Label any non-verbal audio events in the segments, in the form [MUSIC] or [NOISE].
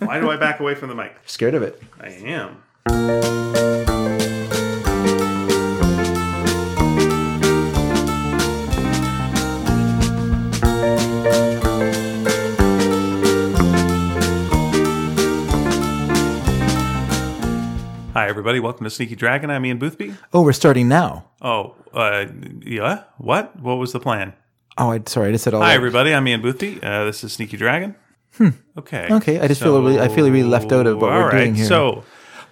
Why do I back away from the mic? Scared of it. I am. Hi, everybody. Welcome to Sneaky Dragon. I'm Ian Boothby. Oh, we're starting now. Oh, uh, yeah. What? What was the plan? Oh, I sorry, I just said all. Hi, that. everybody. I'm Ian Boothby. Uh, this is Sneaky Dragon. Okay. Hmm. Okay, I just feel really- I feel really left out of what we're all right, doing here. So,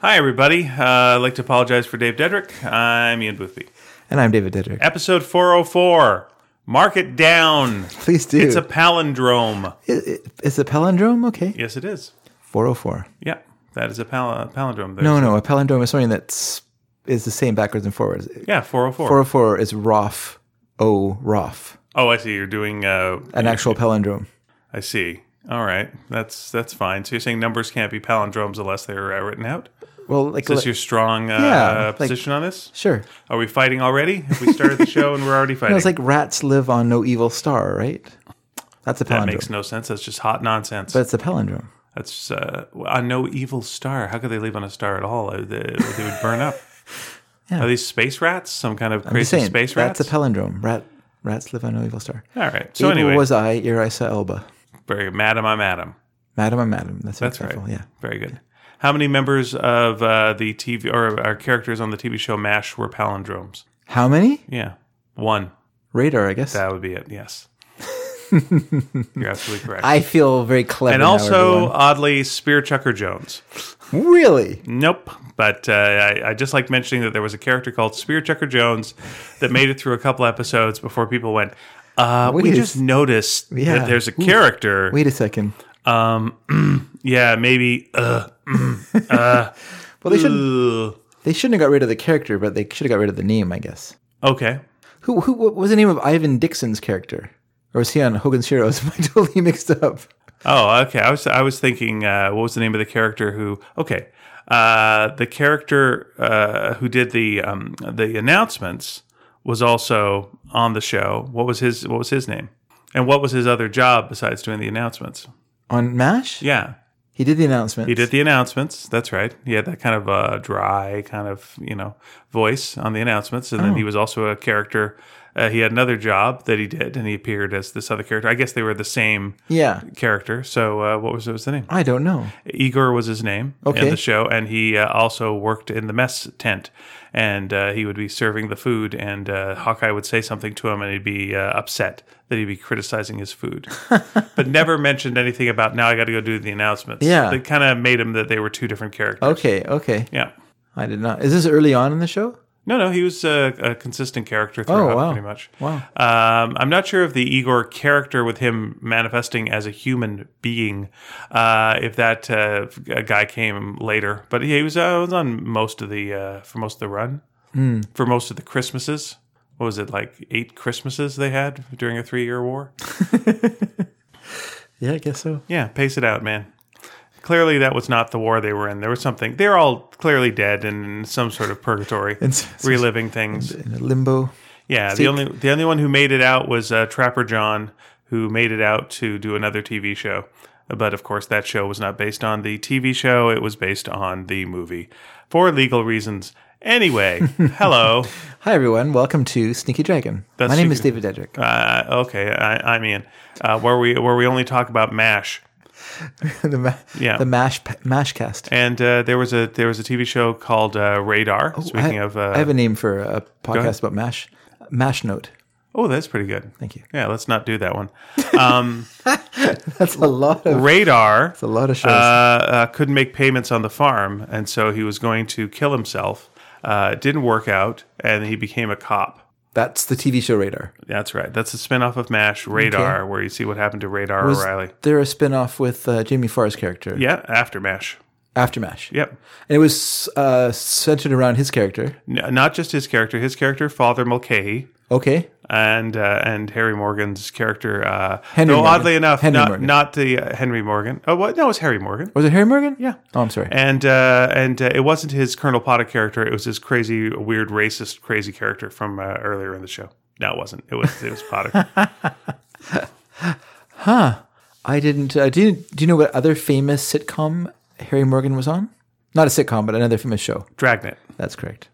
hi, everybody. Uh, I'd like to apologize for Dave Dedrick. I'm Ian Boothby. And I'm David Dedrick. Episode 404. Mark it down. Please do. It's a palindrome. It- it- it's a palindrome. Okay. Yes, it is. Four oh four. Yeah, that is a pal- uh, palindrome. There. No, no, a palindrome is something that's is the same backwards and forwards. Yeah, 404. Four oh four is Roff. Oh, Roff. oh, I see. You're doing. Uh, An actual palindrome. I see. All right, that's that's fine. So you're saying numbers can't be palindromes unless they're uh, written out. Well, like, Is this your strong uh, Yeah, like- position on this? sure. Are we fighting already? Have we started the show and we're already fighting? [LAUGHS] No, it's like rats live on no evil star, right? That's a palindrome. that makes no sense. That's just hot nonsense. but it's a palindrome. That's uh, on no evil star. How could they live on a star at all? Uh, They, they would burn up. [LAUGHS] Yeah. Are these space rats? Some kind of I'm just crazy saying, space rats? that's a palindrome. Rat rats live on no evil star. all right. So Evil anyway, was I, Erisa Elba. very madam, I'm Adam. Madam, I'm Madam. That's, That's right. acceptable, Yeah. Very good. How many members of uh, the TV or our characters on the TV show MASH were palindromes? How many? Yeah, one. Radar, I guess. That would be it. [LAUGHS] Yes, you're absolutely correct. I feel very clever. and now, also, oddly, Spear Chucker Jones. everyone. really, Nope. But uh, I, I just like mentioning that there was a character called Spear Chucker Jones that made it through a couple episodes before people went, uh, we Wait a just noticed Yeah. that there's a character. um, wait a second. [CLEARS THROAT] yeah, maybe. Uh, Well, they should ugh." they shouldn't have got rid of the character, but they should have got rid of the name, I guess. okay. Who who what was the name of Ivan Dixon's character, or was he on Hogan's Heroes? [LAUGHS] Am I totally mixed up? Oh, okay. I was I was thinking, uh, what was the name of the character who? Okay, uh, the character uh, who did the um, the announcements was also on the show. What was his What was his name? And what was his other job besides doing the announcements? On Mash, Yeah, he did the announcement. He did the announcements. That's right. He had that kind of uh, dry, kind of you know voice on the announcements, and then he was also a character. Uh, he had another job that he did, and he appeared as this other character. I guess they were the same Yeah, character. So uh, what was what was the name? I don't know. Igor was his name Okay. in the show, and he uh, also worked in the mess tent, and uh, he would be serving the food, and uh, Hawkeye would say something to him, and he'd be uh, upset that he'd be criticizing his [LAUGHS] food, but never mentioned anything about now I got to go do the announcements. Yeah. Oh. that kind of made him that they were two different characters. Okay, okay, Yeah, I did not. Is this early on in the show? no, no, he was a, a consistent character throughout, Oh, wow. pretty much. Wow. Um, I'm not sure if the Igor character with him manifesting as a human being, uh, if that uh, g- guy came later, but he was, uh, was on most of the uh, for most of the run, Hmm. for most of the Christmases. What was it like? Eight Christmases they had during a three-year war. Yeah, I guess so. Yeah, pace it out, man. Clearly, that was not the war they were in. There was something. They're all clearly dead and in some sort of purgatory, [LAUGHS] And s- reliving things. In a limbo. Yeah, the only the only one who made it out was uh, Trapper John, who made it out to do another TV show. But of course, that show was not based on the TV show; it was based on the movie for legal reasons. [LAUGHS] Anyway, hello. Hi everyone, welcome to Sneaky Dragon. That's My name is Sneaky- David Dedrick. Uh, okay, I, I'm Ian. Uh, where we where we only talk about Mash, [LAUGHS] the ma- Yeah. the Mash Mash cast. and uh, there was a there was a TV show called uh, Radar. Speaking Oh, I, of, uh, I have a name for a ahead. podcast about Mash. Mash Note. oh, that's pretty good. Thank you. Yeah, let's not do that one. [LAUGHS] That's a lot of Radar. a lot of shows. uh, couldn't make payments on the farm, and so he was going to kill himself. Uh, it didn't work out, and he became a cop. That's the TV show Radar. That's right. That's a spinoff of MASH, Radar, where you see what happened to Radar Was O'Reilly. there a spin-off with uh, Jamie Farr's character Yeah, after MASH. after Mash? Yep. And it was uh, centered around his character. N- not just his character, his character, Father Mulcahy, Okay. and uh, and Harry Morgan's character. Uh, Henry though, Morgan. oddly enough, Henry not, Morgan. not the uh, Henry Morgan. Oh, what? No, it was Harry Morgan. Was it Harry Morgan? Yeah. Oh, I'm sorry. and uh, and uh, it wasn't his Colonel Potter character. It was his crazy, weird, racist, crazy character from uh, earlier [LAUGHS] in the show. No, it wasn't. It was it was Potter. I didn't. Uh, do you do you know what other famous sitcom Harry Morgan was on? Not a sitcom, but another famous show. Dragnet. That's correct.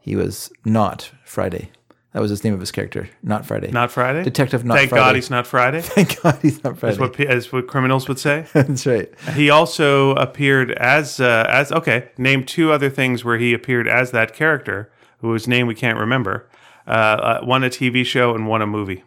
He was not Friday. That was his name of his character. Not Friday. Not Friday. Detective Not Thank God Friday. he's not Friday. [LAUGHS] Thank God he's not Friday. That's what, pe- as what criminals would [LAUGHS] say. That's right. He also appeared as uh, as okay. Name two other things where he appeared as that character whose name we can't remember. Uh, uh, one a TV show and one a movie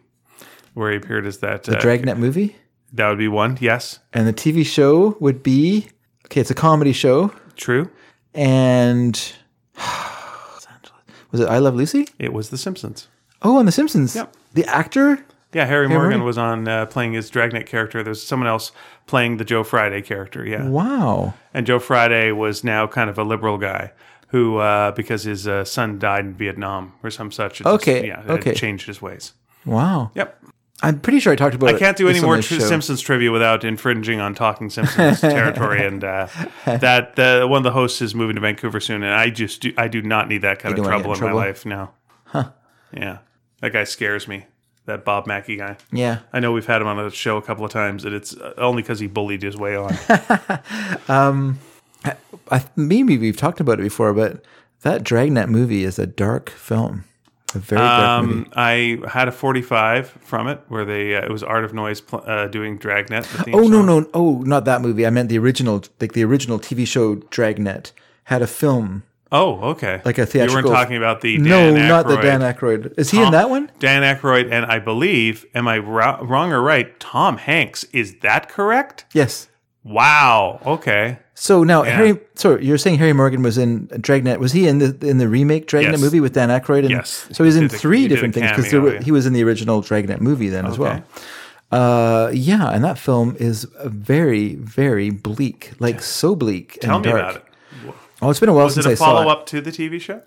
where he appeared as that. uh, Dragnet movie that would be one. Yes, and the TV show would be okay. It's a comedy show, true. and [SIGHS] Los Angeles. was it I Love Lucy? It was The Simpsons. Oh, on The Simpsons. Yep. The actor. Yeah, Harry Morgan Morgan. was on uh, playing his Dragnet character. There's someone else playing the Joe Friday character. Yeah, Wow. and Joe Friday was now kind of a liberal guy who, uh, because his uh, son died in Vietnam or some such. it just- Okay, yeah, it okay. changed his ways. Wow. Yep. I'm pretty sure I talked about. I can't do this any on more this tr- show. Simpsons trivia without infringing on Talking [LAUGHS] Simpsons territory, and uh, that the, one of the hosts is moving to Vancouver soon, and I just do, I do not need that kind of don't wanna get trouble in in trouble. my life now. Huh? Yeah, that guy scares me. That Bob Mackey guy. Yeah. I know we've had him on the show a couple of times, and it's uh, only because he bullied his way [LAUGHS] on. I, maybe we've talked about it before, but that Dragnet movie is a dark film, a very dark movie. Um, I had a 45 from it where they uh, it was Art of Noise pl- uh, doing Dragnet. The theme Oh no, song. no, oh, not that movie. I meant the original, like the original TV show Dragnet had a film, Oh, okay. like a you theatrical. weren't talking about the no, Dan not the Aykroyd. Dan Aykroyd. Is he in that one? Dan Aykroyd and I believe, am I ro- wrong or right? Tom Hanks. Is that correct? Yes. Wow. Okay. So now, Harry. So you're saying Harry Morgan was in Dragnet? Was he in the in the remake Dragnet Yes. movie with Dan Aykroyd? And Yes. So he's He in did a- three he did a different things because cameo, yeah. he was in the original Dragnet movie then as well. Uh, yeah, and that film is a very, very bleak. Like so bleak. Tell and me dark. about it. Oh, it's been a while Was since it I a follow saw it. up to the TV show?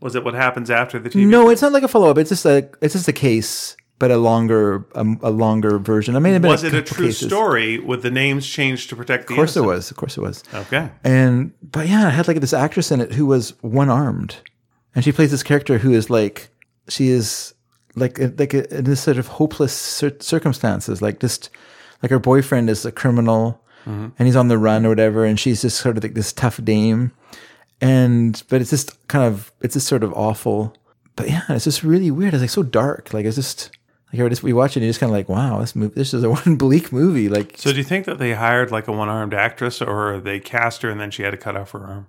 Was it what happens after the TV? No, it's not like a follow up. It's just a it's just a case, but a longer um, a longer version. I mean, it'd been Was it a couple true cases. story with the names changed to protect the Of course it innocent? was. Of course it was. Okay. And but yeah, I had like this actress in it who was one armed, and she plays this character who is like she is like like in this sort of hopeless cir- circumstances, like just like her boyfriend is a criminal and he's on the run or whatever, and she's just sort of like this tough dame, and but it's just kind of it's just sort of awful, but yeah, it's just really weird. It's like so dark, like it's just. Like I just we watch it and you're just kind of like, wow, this movie, this is a [LAUGHS] one bleak movie. Like So do you think that they hired like a one armed actress or they cast her and then she had to cut off her arm?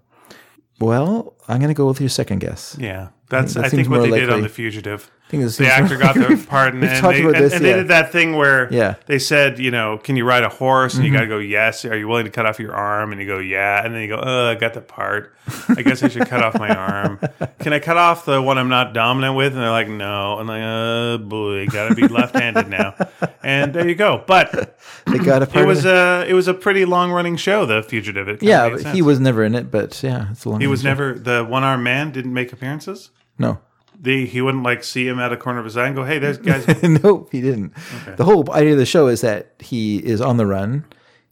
Well, I'm going to go with your second guess. Yeah. That's that I seems think what more they did on likely. The Fugitive. I think this The seems- actor got [LAUGHS] their part, and, We've and, talked they, about and- this, and yeah. they did that thing where Yeah. Mm-hmm. they said, you know, can you ride a horse? And you got to go, yes. Are you willing to cut off your arm? And you go, yeah. And then you go, oh, I got the part. I guess I should cut off my [LAUGHS] arm. Can I cut off the one I'm not dominant with? And they're like, no. And like, oh boy, got to be left-handed now. And there you go. But they got a part. it was of it. a it was a pretty long-running show, The Fugitive. It kinda yeah, made but sense. he was never in it. But yeah, it's a long. He was never the one-armed man. Didn't make appearances. no, [LAUGHS] The, he wouldn't like see him at a corner of his eye and go, "Hey, there's [LAUGHS] guys." nope, he didn't. The whole idea of the show is that he is on the run.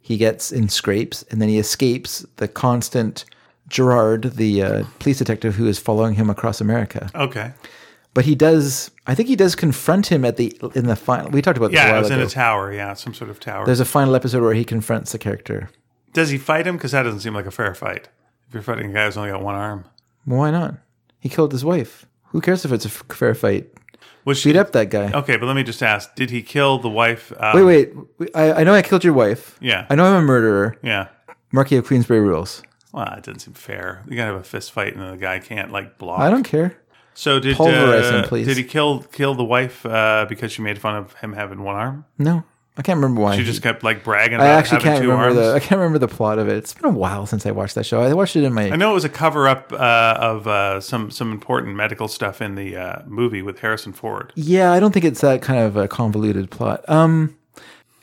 He gets in scrapes, and then he escapes the constant Gerard, the uh, police detective who is following him across America. okay, But he does. I think he does confront him at the in the final. We talked about this a Yeah, while it was in ago. a tower. Yeah, some sort of tower. There's a final episode where he confronts the character. Does he fight him? Because that doesn't seem like a fair fight. If you're fighting a guy who's only got one arm, Well, why not? He killed his wife. Who cares if it's a f- fair fight? was she? Beat up that guy. Okay, but let me just ask: Did he kill the wife? Um, Wait, wait. w- I, I know I killed your wife. Yeah, I know I'm a murderer. yeah. Marquis of Queensbury rules. Well, it doesn't seem fair. You gotta have a fist fight, and then the guy can't like block. I don't care. so did Pulverize him, uh, please. Did he kill kill the wife uh, because she made fun of him having one arm? No, I can't remember why. She just kept like bragging I about actually having can't two remember arms. the. I can't remember the plot of it. It's been a while since I watched that show. I watched it in my. I know it was a cover up uh, of uh, some some important medical stuff in the uh, movie with Harrison Ford. Yeah, I don't think it's that kind of a convoluted plot. Um,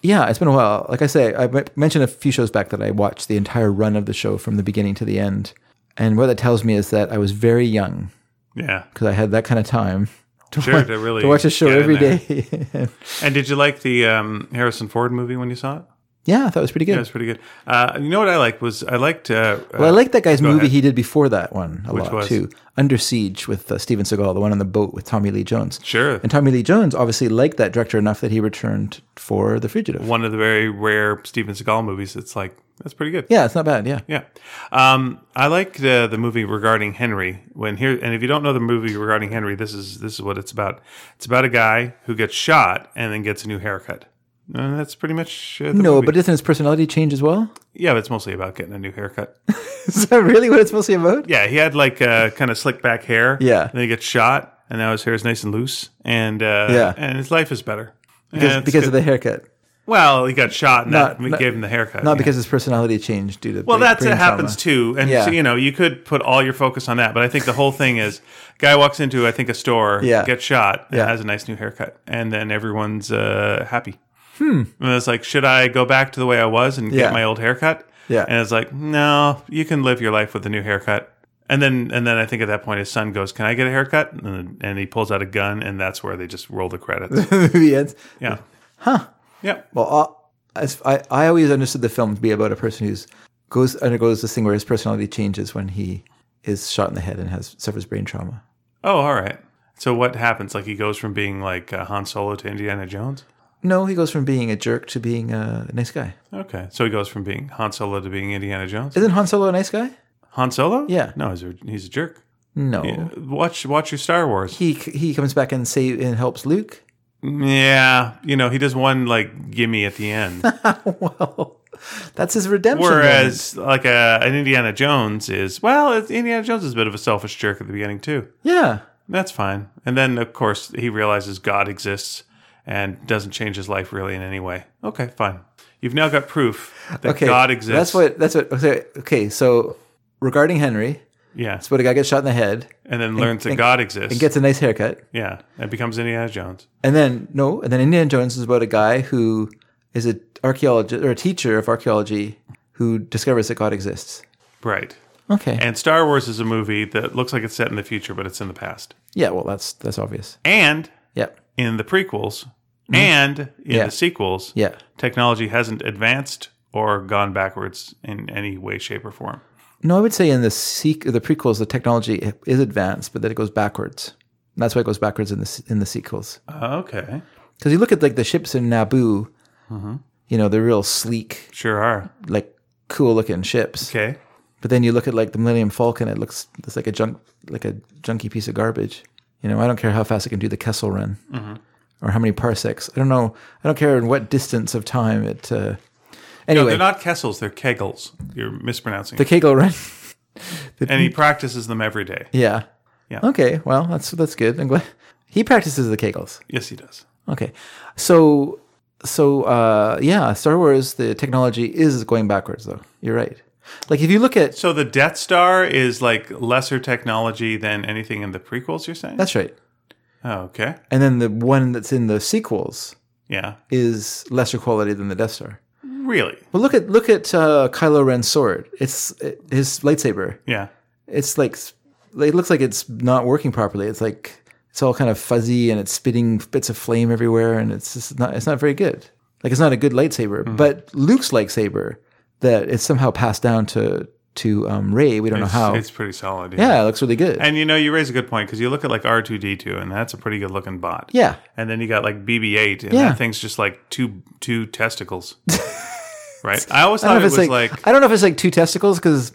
yeah, it's been a while. Like I say, I m- mentioned a few shows back that I watched the entire run of the show from the beginning to the end, and what that tells me is that I was very young Yeah, because I had that kind of time [LAUGHS] to, sure. To really to watch a show get in every there. day. [LAUGHS] And did you like the um, Harrison Ford movie when you saw it? Yeah, I thought it was pretty good. That was pretty good. Uh, you know what I liked was I liked. Uh, well, I like that guy's movie ahead. he did before that one a lot was? too. Under Siege with uh, Steven Seagal, the one on the boat with Tommy Lee Jones. Sure. And Tommy Lee Jones obviously liked that director enough that he returned for The Fugitive. one of the very rare Steven Seagal movies. It's like that's pretty good. Yeah, it's not bad. Yeah. Yeah, um, I liked uh, the movie regarding Henry. When here, and if you don't know the movie regarding Henry, this is this is what it's about. It's about a guy who gets shot and then gets a new haircut. And that's pretty much uh, the No, movie. but doesn't his personality change as well? [LAUGHS] yeah, but it's mostly about getting a new haircut. Is that really what it's mostly about? Yeah, he had like uh, kind of slick back hair. [LAUGHS] Yeah. and then he gets shot, and now his hair is nice and loose, and uh, Yeah. and his life is better Because, because of the haircut. well, he got shot, and Not- that we not- gave him the haircut. Not yeah. because his personality changed due to Well, brain- that's brain it happens trauma. too, and Yeah. so, you know you could put all your focus on that, but I think the whole thing is, guy walks into I think a store, Yeah. gets shot, and Yeah. has a nice new haircut, and then everyone's uh, happy. Hmm. And it's like, should I go back to the way I was and Yeah. get my old haircut? Yeah. And it's like, no, you can live your life with a new haircut. And then and then I think at that point his son goes, "Can I get a haircut?" And, and he pulls out a gun, and that's where they just roll the credits. [LAUGHS] the movie ends. Yeah. Huh. Yeah. Well, I, as- I, I always understood the film to be about a person who's goes undergoes this thing where his personality changes when he is shot in the head and has suffers brain trauma. Oh, all right. So what happens? Like he goes from being like uh, Han Solo to Indiana Jones. No, he goes from being a jerk to being a nice guy. Okay, so he goes from being Han Solo to being Indiana Jones. Isn't Han Solo a nice guy? Han Solo? Yeah. No, he's a, he's a jerk. No. Watch watch your Star Wars. He he comes back and save and helps Luke. [LAUGHS] Yeah, you know he does one like gimme at the [LAUGHS] end, well, that's his redemption. moment. whereas like a, an Indiana Jones is well, it's, Indiana Jones is a bit of a selfish jerk at the beginning too. yeah, That's fine, and then of course he realizes God exists and doesn't change his life really in any way. Okay, fine. You've now got proof that okay, God exists. That's what. That's what. Okay, okay. So regarding Henry, Yeah, that's what a guy gets shot in the head and then learns that and- God exists. and gets a nice haircut. yeah, and becomes Indiana Jones. And then no, and then Indiana Jones is about a guy who is an archaeologist or a teacher of archaeology who discovers that God exists. Right. Okay. And Star Wars is a movie that looks like it's set in the future, but it's in the past. yeah, well that's that's obvious. And Yeah. in the prequels and in Mm-hmm. Yeah. the sequels, Yeah. technology hasn't advanced or gone backwards in any way, shape, or form. No, I would say in the sequ- the prequels the technology is advanced, but that it goes backwards. And that's why it goes backwards in the s- in the sequels. Okay. Because you look at like the ships in Naboo, Uh-huh. you know, they're real sleek, Sure are. like cool looking ships. Okay. But then you look at like the Millennium Falcon, it looks it's like a junk like a junky piece of garbage. You know, I don't care how fast it can do the Kessel Run Mm-hmm. or how many parsecs. I don't know. I don't care in what distance of time it. Uh, No, anyway, they're not Kessels, they're Kegels. You're mispronouncing the it. Kegel Run. And he practices them every day. yeah. Yeah. Okay. Well, that's that's good. I'm glad he practices the Kegels. Yes, he does. Okay. So so uh, yeah, Star Wars the technology is going backwards though. You're right. Like if you look at So the Death Star is like lesser technology than anything in the prequels, you're saying? that's right, oh, okay. and then the one that's in the sequels Yeah. is lesser quality than the Death Star. Really? Well, look at look at uh, Kylo Ren's sword. It's it, his lightsaber. Yeah. It's like s- it looks like it's not working properly. It's like it's all kind of fuzzy and it's spitting bits of flame everywhere, and it's just not it's not very good. Like it's not a good lightsaber. Mm-hmm. But Luke's lightsaber that it's somehow passed down to to um, Ray. We don't It's, know how. it's pretty solid. yeah, it looks really good. And you know, you raise a good point because you look at like R two D two, and that's a pretty good looking bot. yeah, And then you got like BB eight, and Yeah. that thing's just like two two [LAUGHS] testicles. right. I always I thought don't know it if was it's like, like, I don't know if it's like two testicles because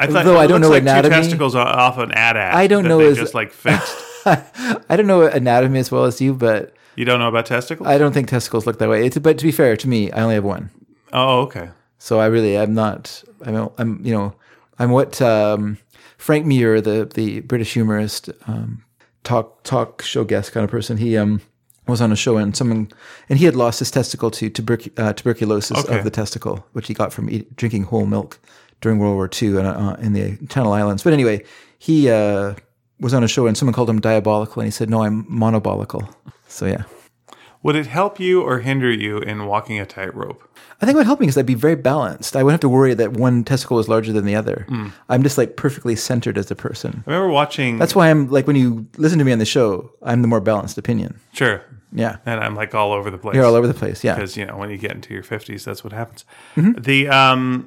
I thought though it I don't looks know like anatomy- two testicles o- off an ad app. [LAUGHS] I don't that know They is- just like fixed. [LAUGHS] I don't know anatomy as well as you, but you don't know about testicles? I don't think testicles look that way. It's, but to be fair to me, I only have one. oh, okay. So I really, I'm not. I'm, I'm you know, I'm what um, Frank Muir, the the British humorist, um, talk talk show guest kind of person. He um was on a show and someone and he had lost his testicle to tuberc- uh, tuberculosis Okay. of the testicle, which he got from eat, drinking whole milk during World War II and uh, in the Channel Islands. But anyway, he uh, was on a show and someone called him diabolical, and he said, "No, I'm monobolical." So yeah. Would it help you or hinder you in walking a tightrope? I think what would help me is I'd be very balanced. I wouldn't have to worry that one testicle is larger than the other. Mm. I'm just like perfectly centered as a person. I remember watching. That's why I'm like when you listen to me on the show, I'm the more balanced opinion. sure. Yeah. and I'm like all over the place. You're all over the place. Yeah. Mm-hmm. because you know when you get into your 50s that's what happens the um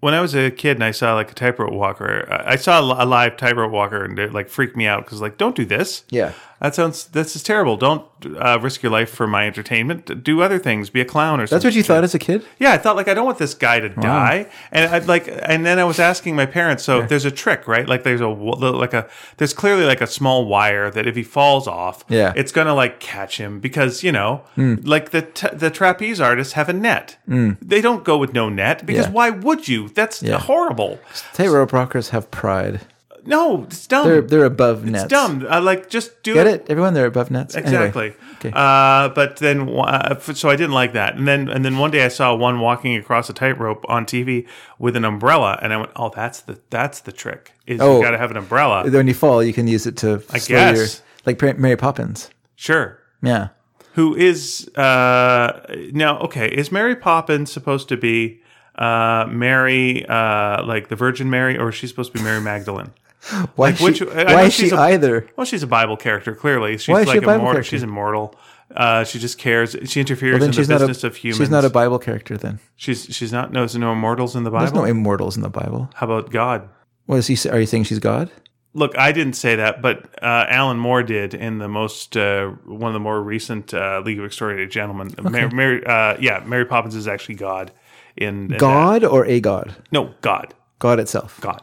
when i was a kid and i saw like a tightrope walker i I saw a li- a live tightrope walker and it like freaked me out because like don't do this Yeah. that sounds this is terrible don't uh, risk your life for my entertainment do other things be a clown or something That's what you thought as a kid? yeah, I thought like I don't want this guy to die, and I'd like, and then I was asking my parents. So there's a trick, right? Like there's a wa- like a there's clearly like a small wire that if he falls off, Yeah. Hmm. it's gonna like catch him because you know, like the t- the trapeze artists have a net. They don't go with no net because Yeah. why would you? That's horrible. Tightrope rockers have pride. No, it's dumb. They're they're above nets. it's dumb. I like just do Get it it? Everyone, they're above nets. Anyway. Exactly. Uh, but then, uh, f- so I didn't like that. And then, and then one day I saw one walking across a tightrope on TV with an umbrella, and I went, "Oh, that's the that's the trick. Is Oh. you got to have an umbrella? When you fall, you can use it to I your guess. like Par- Mary Poppins. Sure. Yeah. Who is uh, now? Okay, is Mary Poppins supposed to be uh, Mary, uh, like the Virgin Mary, or is she supposed to be Mary Magdalene? Why Like, is she, which- I- I why know is she she's a- either? Well, she's a Bible character. Clearly, she's Why is she like a Bible immortal. character? She's immortal. Uh, she just cares. She interferes in Then the she's not a business of humans. she's not a Bible character. Then She's she's not. No, there's no immortals in the Bible. there's no immortals in the Bible. How about God? What is he? say- Are you saying she's God? Look, I didn't say that, but uh, Alan Moore did in the most uh, one of the more recent uh, League of Extraordinary Gentlemen. Mary, Mary, uh, yeah, Mary Poppins is actually God. In, in that. God or a God? No, God, God itself. God.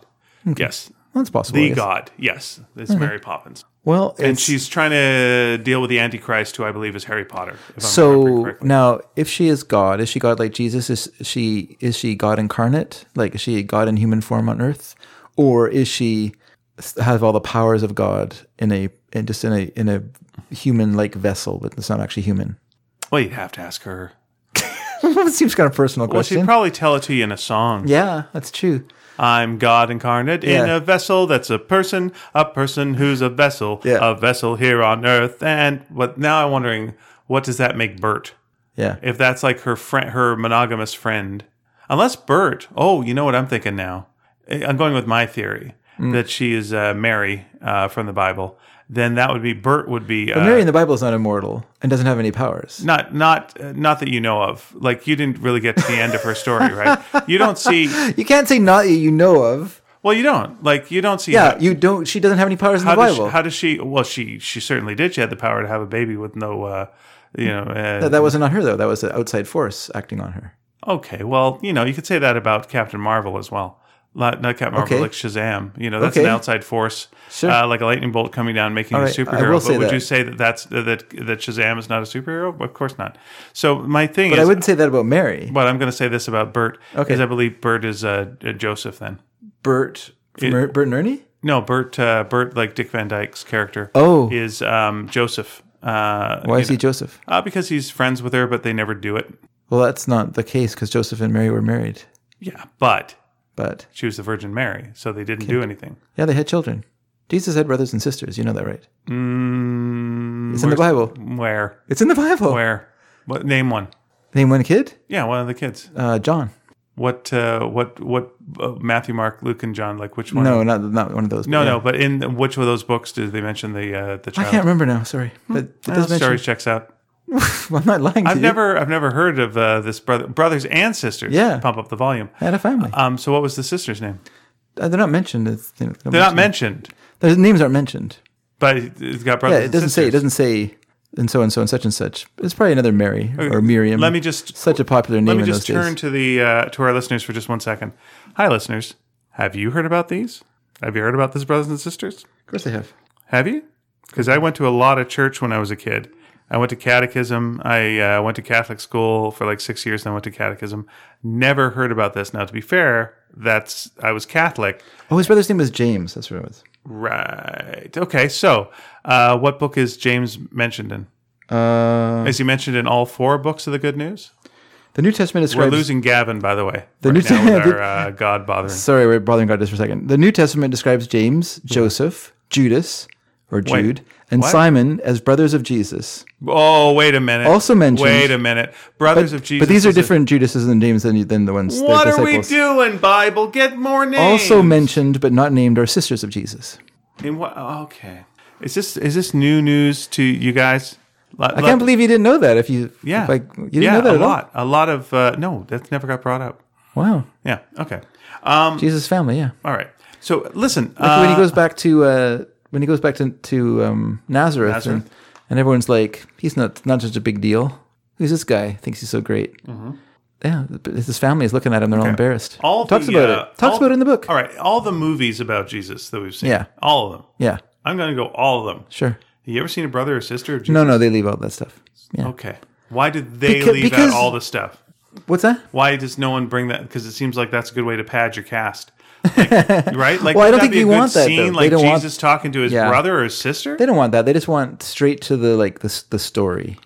Yes, Well, That's possible. I the guess. God. Yes, it's Mary Poppins, Well, and it's- she's trying to deal with the Antichrist, who I believe is Harry Potter. If I'm remembering so correctly. now if she is God, is she God like Jesus? Is she is she God incarnate? Like is she God in human form on Earth, or is she have all the powers of God in a in just in a in a human like vessel, but it's not actually human? [LAUGHS] well, you'd have to ask her. it seems kind of personal Well, question. she'd probably tell it to you in a song. yeah, that's true. I'm God incarnate in Yeah. a vessel that's a person, a person who's a vessel, Yeah. a vessel here on earth. And what now I'm wondering, what does that make Bert? Yeah, If that's like her friend, her monogamous friend, unless Bert. Oh, you know what I'm thinking now. I- I'm going with my theory Hmm. that she is uh, Mary uh, from the Bible. Then that would be Bert would be uh, Mary in the Bible is not immortal and doesn't have any powers. not not uh, not that you know of. Like you didn't really get to the end of her story, [LAUGHS] right? You don't see. You can't say not that you know of. Well, you don't like you don't see. Yeah, you don't. She doesn't have any powers in the how does, Bible. she, how does she? Well, she she certainly did. She had the power to have a baby with no, uh, you know. Uh, That- that wasn't on her though. That was an outside force acting on her. okay, well, you know, you could say that about Captain Marvel as well. Not, not Captain Marvel, Okay. like Shazam. You know, that's an Okay. outside force, Sure. uh, like a lightning bolt coming down, making All a right, I superhero. will But say would that. you say that that's that that Shazam is not a superhero? Of course not. So my thing But is, I wouldn't say that about Mary. but I'm going to say this about Bert, Okay. because I believe Bert is uh, Joseph. Then Bert from Er- Bert and Ernie. no, Bert, uh, Bert, like Dick Van Dyke's character, Oh, is um, Joseph. Uh, why is he Joseph? Uh, because he's friends with her, but they never do it. Well, that's not the case because Joseph and Mary were married. Yeah, but But she was the Virgin Mary, so they didn't do anything. yeah, they had children. Jesus had brothers and sisters. You know that, right? Mm, It's in the Bible. where? It's in the Bible. Where? What? Name one. Name one kid, Yeah, one of the kids. uh, John. What? Uh, what? What? Uh, Matthew, Mark, Luke, and John. Like which one? No, not not one of those. no, but yeah. no. But in which of those books did they mention the uh, the I child? can't remember now. Sorry, but it Uh, does mention. story checks out. [LAUGHS] Well, I'm not lying to I've you. never, I've never heard of uh, this brother, brothers and sisters. Yeah. pump up the volume. I had a family. Um, so what was the sister's name? Uh, they're not mentioned. It's, they're not They're not mentioned. mentioned, Their names aren't mentioned. but it's got Yeah, brothers. it and doesn't say. It sisters. doesn't say. And so and so and such and such. It's probably another Mary or Miriam. Let me just Such a popular name Let me in just those turn days. to the uh, to our listeners for just one second. Hi, listeners. Have you heard about these? Have you heard about this, brothers and sisters? Of course, they have. Have you? Because I went to a lot of church when I was a kid. I went to catechism. I uh, went to Catholic school for like six years, then went to catechism. Never heard about this. Now, to be fair, that's I was Catholic, Oh, his brother's name was James. That's what it was. right? Okay, so uh, what book is James mentioned in? Uh, Is he mentioned in all four books of the Good News? the New Testament We're describes. losing Gavin, by the way. The right New now [LAUGHS] with Testament- our uh, God bothering. sorry, we're bothering God just for a second. The New Testament describes James, Joseph, Judas, or Jude, and what? Simon as brothers of Jesus. Oh, wait a minute. Also mentioned- Wait a minute. Brothers of Jesus. but these are is a- different Judases and James than, than the ones. the what are we disciples. doing, Bible? Get more names. Also mentioned, but not named, are sisters of Jesus. Oh, In what, okay. Is this is this new news to you guys? I can't believe you didn't know that. If you, Yeah. like you didn't yeah, know that a at all? lot. A lot of uh, no, that never got brought up. Wow, Yeah. Okay. Um, Jesus' family, yeah. all right. So listen. Like when he uh, goes back to uh, when he goes back to to um, Nazareth, And, and everyone's like, he's not not such a big deal. Who's this guy? Thinks he's so great. Yeah, but his family is looking at him. They're all embarrassed. Mm-hmm. All talks the, about uh, it. Talks all- about it in the book. all right. All the movies about Jesus that we've seen. Yeah. All of them. Yeah, I'm going to go all of them. sure. You ever seen a brother or sister of Jesus? No, no, they leave out that stuff. Yeah. Okay. Why did they Beca- leave because- out all the stuff? What's that? Why does no one bring that? Because it seems like that's a good way to pad your cast, [LAUGHS] like, right? Like, Well, I wouldn't don't think be a you good want that, though. Scene They like don't want- Jesus talking to his Yeah. brother or his sister. They don't want that. They just want straight to the like the s- the story.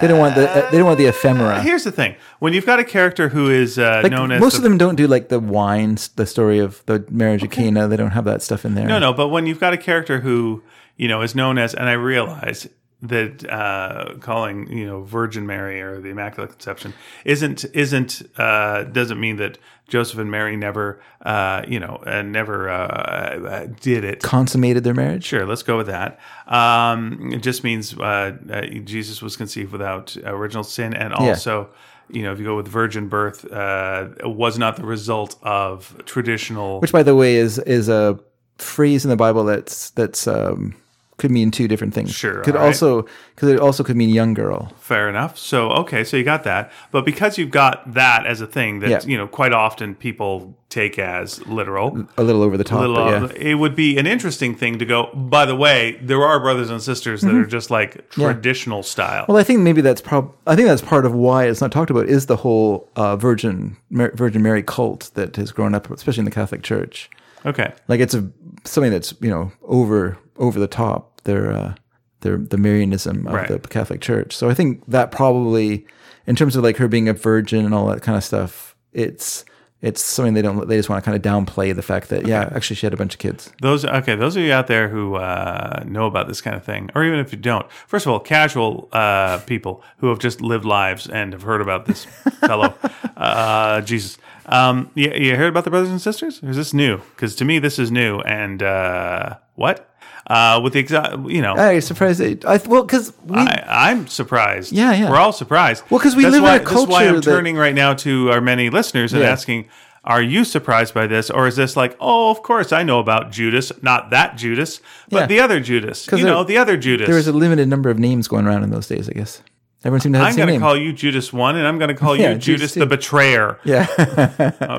They don't want the uh, they don't want the ephemera. Here's the thing: when you've got a character who is uh, Like, known as most the of them don't do like the wine, s- the story of the marriage of Cana. They don't have that stuff in there. No, no, but when you've got a character who you know is known as, and I realize that uh, calling you know Virgin Mary or the Immaculate Conception isn't isn't uh, doesn't mean that Joseph and Mary never uh, you know uh, never uh, uh, did it. Consummated their marriage. Sure, let's go with that. Um, it just means uh, uh, Jesus was conceived without uh, original sin, and also. You know, if you go with virgin birth, uh, was not the result of traditional. which by the way is is a phrase in the bible that's that's um could mean two different things Sure, could all right. also because it also could mean young girl Fair enough. So okay, so you got that, but because you've got that as a thing that Yeah. you know quite often people take as literal, a little over the top little but off- it would be an interesting thing to go. By the way, there are brothers and sisters that are just like traditional style. Mm-hmm. well i think maybe that's prob i think that's part of why it's not talked about is the whole uh, virgin Mar- virgin mary cult that has grown up especially in the catholic church okay, like it's a something that's you know over over the top their uh their the marianism of Right. the catholic church so i think that probably in terms of like her being a virgin and all that kind of stuff it's it's something they don't they just want to kind of downplay the fact that yeah actually she had a bunch of kids those okay, those of you out there who uh, know about this kind of thing, or even if you don't, first of all, casual uh, people who have just lived lives and have heard about this fellow uh, Jesus. Um, you, you heard about the brothers and sisters? Or is this new? Because to me, this is new. And uh, what? Uh, with the exact, you know, I, i surprised they, i well because we [LAUGHS] I'm surprised. Yeah, yeah. We're all surprised. Well, 'cause we That's live in why- a That's why culture I'm that- turning right now to our many listeners and Yeah. asking. Are you surprised by this, or is this like, oh, of course I know about Judas, not that Judas, but Yeah. the other Judas? You there- know, the other Judas. there was a limited number of names going around in those days i guess everyone seemed to have I'm the same going to name call you Judas one, and I'm going to [LAUGHS] call Yeah, you Judas Judas the two. betrayer. [LAUGHS] yeah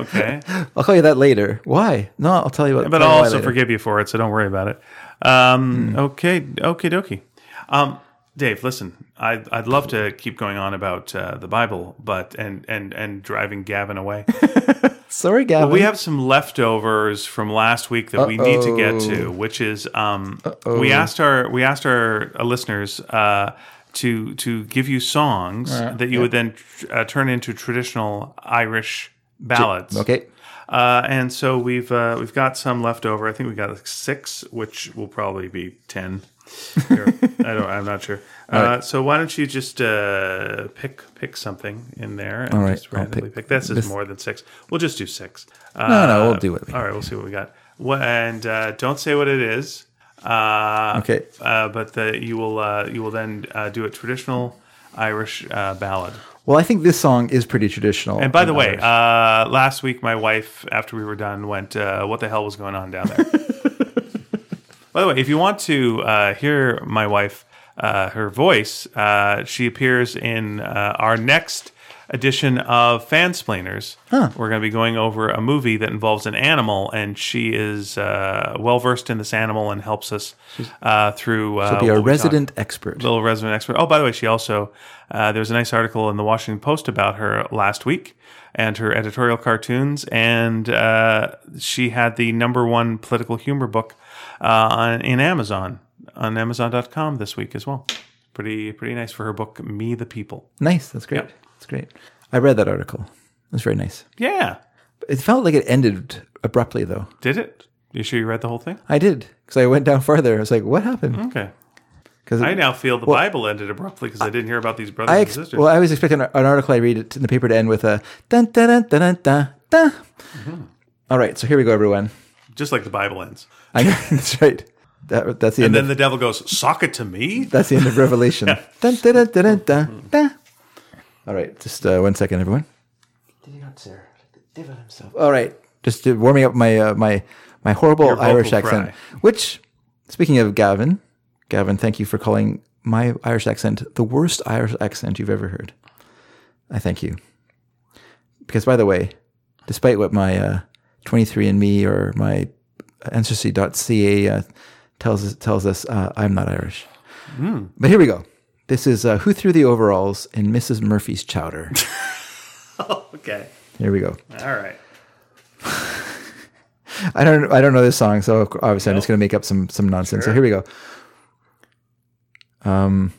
[LAUGHS] Okay, [LAUGHS] i'll call you that later why no i'll tell you what but tell you I'll why also later. Hmm. forgive you for it, so don't worry about it. Um, Okay, okay, dokie. Um, Dave, listen, I, I'd love to keep going on about uh, the Bible, but and and and driving Gavin away. sorry gavin we have some leftovers from last week that we need to get to, which is um, we asked our we asked our uh, listeners uh, to to give you songs that you would then tr- uh, turn into traditional Irish ballads. okay Uh, and so we've uh, we've got some left over. I think we got like six, which will probably be ten. Here. I don't. I'm not [LAUGHS] sure. Uh, So why don't you just uh, pick pick something in there and right, just I'll randomly pick pick. This is more than six. We'll just do six. Uh, no no we'll do it All right, we'll see what we got. What, and uh, don't say what it is. Uh, Okay. Uh, but the, you will uh, you will then uh, do a traditional Irish uh, ballad. Well, I think this song is pretty traditional. And by the way, uh, last week my wife, after we were done, went, uh, "What the hell was going on down [LAUGHS] there?" by the way, if you want to uh, hear my wife, uh, her voice, uh, she appears in uh, our next edition of Fansplainers. We're going to be going over a movie that involves an animal, and she is uh, well versed in this animal and helps us uh, through. Uh, I'll be a what we talk- resident expert. little resident expert. Oh, by the way, she also uh, there was a nice article in the Washington Post about her last week and her editorial cartoons, and uh, she had the number one political humor book uh, on in Amazon on Amazon.com this week as well. Pretty pretty nice for her book, Me the People. Nice. That's great. That's great. I read that article. It was very nice. Yeah, It felt like it ended abruptly, though. did it? You sure you read the whole thing? I did because I went down farther. I was like, "What happened?" Okay. Because Mm-hmm. I now feel the Bible ended abruptly because I didn't hear about these brothers I and ex- sisters. well, I was expecting an article I read it in the paper to end with a dun dun dun dun dun dun. Mm-hmm. dun. All right, so here we go, everyone. [LAUGHS] Just like the Bible ends. I, [LAUGHS] that's right. That, that's the And end. then Of, the devil goes, "Sock it to me." [LAUGHS] that's the end of Revelation. Dun, dun, dun, dun, dun, dun, dun. All right, just uh, one second, everyone. Did he not, sir? The devil himself. All right, just uh, warming up my uh, my my horrible vocal Irish fry. accent. Which, speaking of Gavin, Gavin, thank you for calling my Irish accent the worst Irish accent you've ever heard. I thank you. Because, by the way, despite what my uh, 23andMe or my ancestry.ca uh, tells us, tells us uh, I'm not Irish. But here we go. This is uh, Who Threw the Overalls in Mrs. Murphy's Chowder. Okay, here we go. all right. I don't I don't know this song, so of cour- obviously I'm just going to make up some some nonsense. So here we go. Um,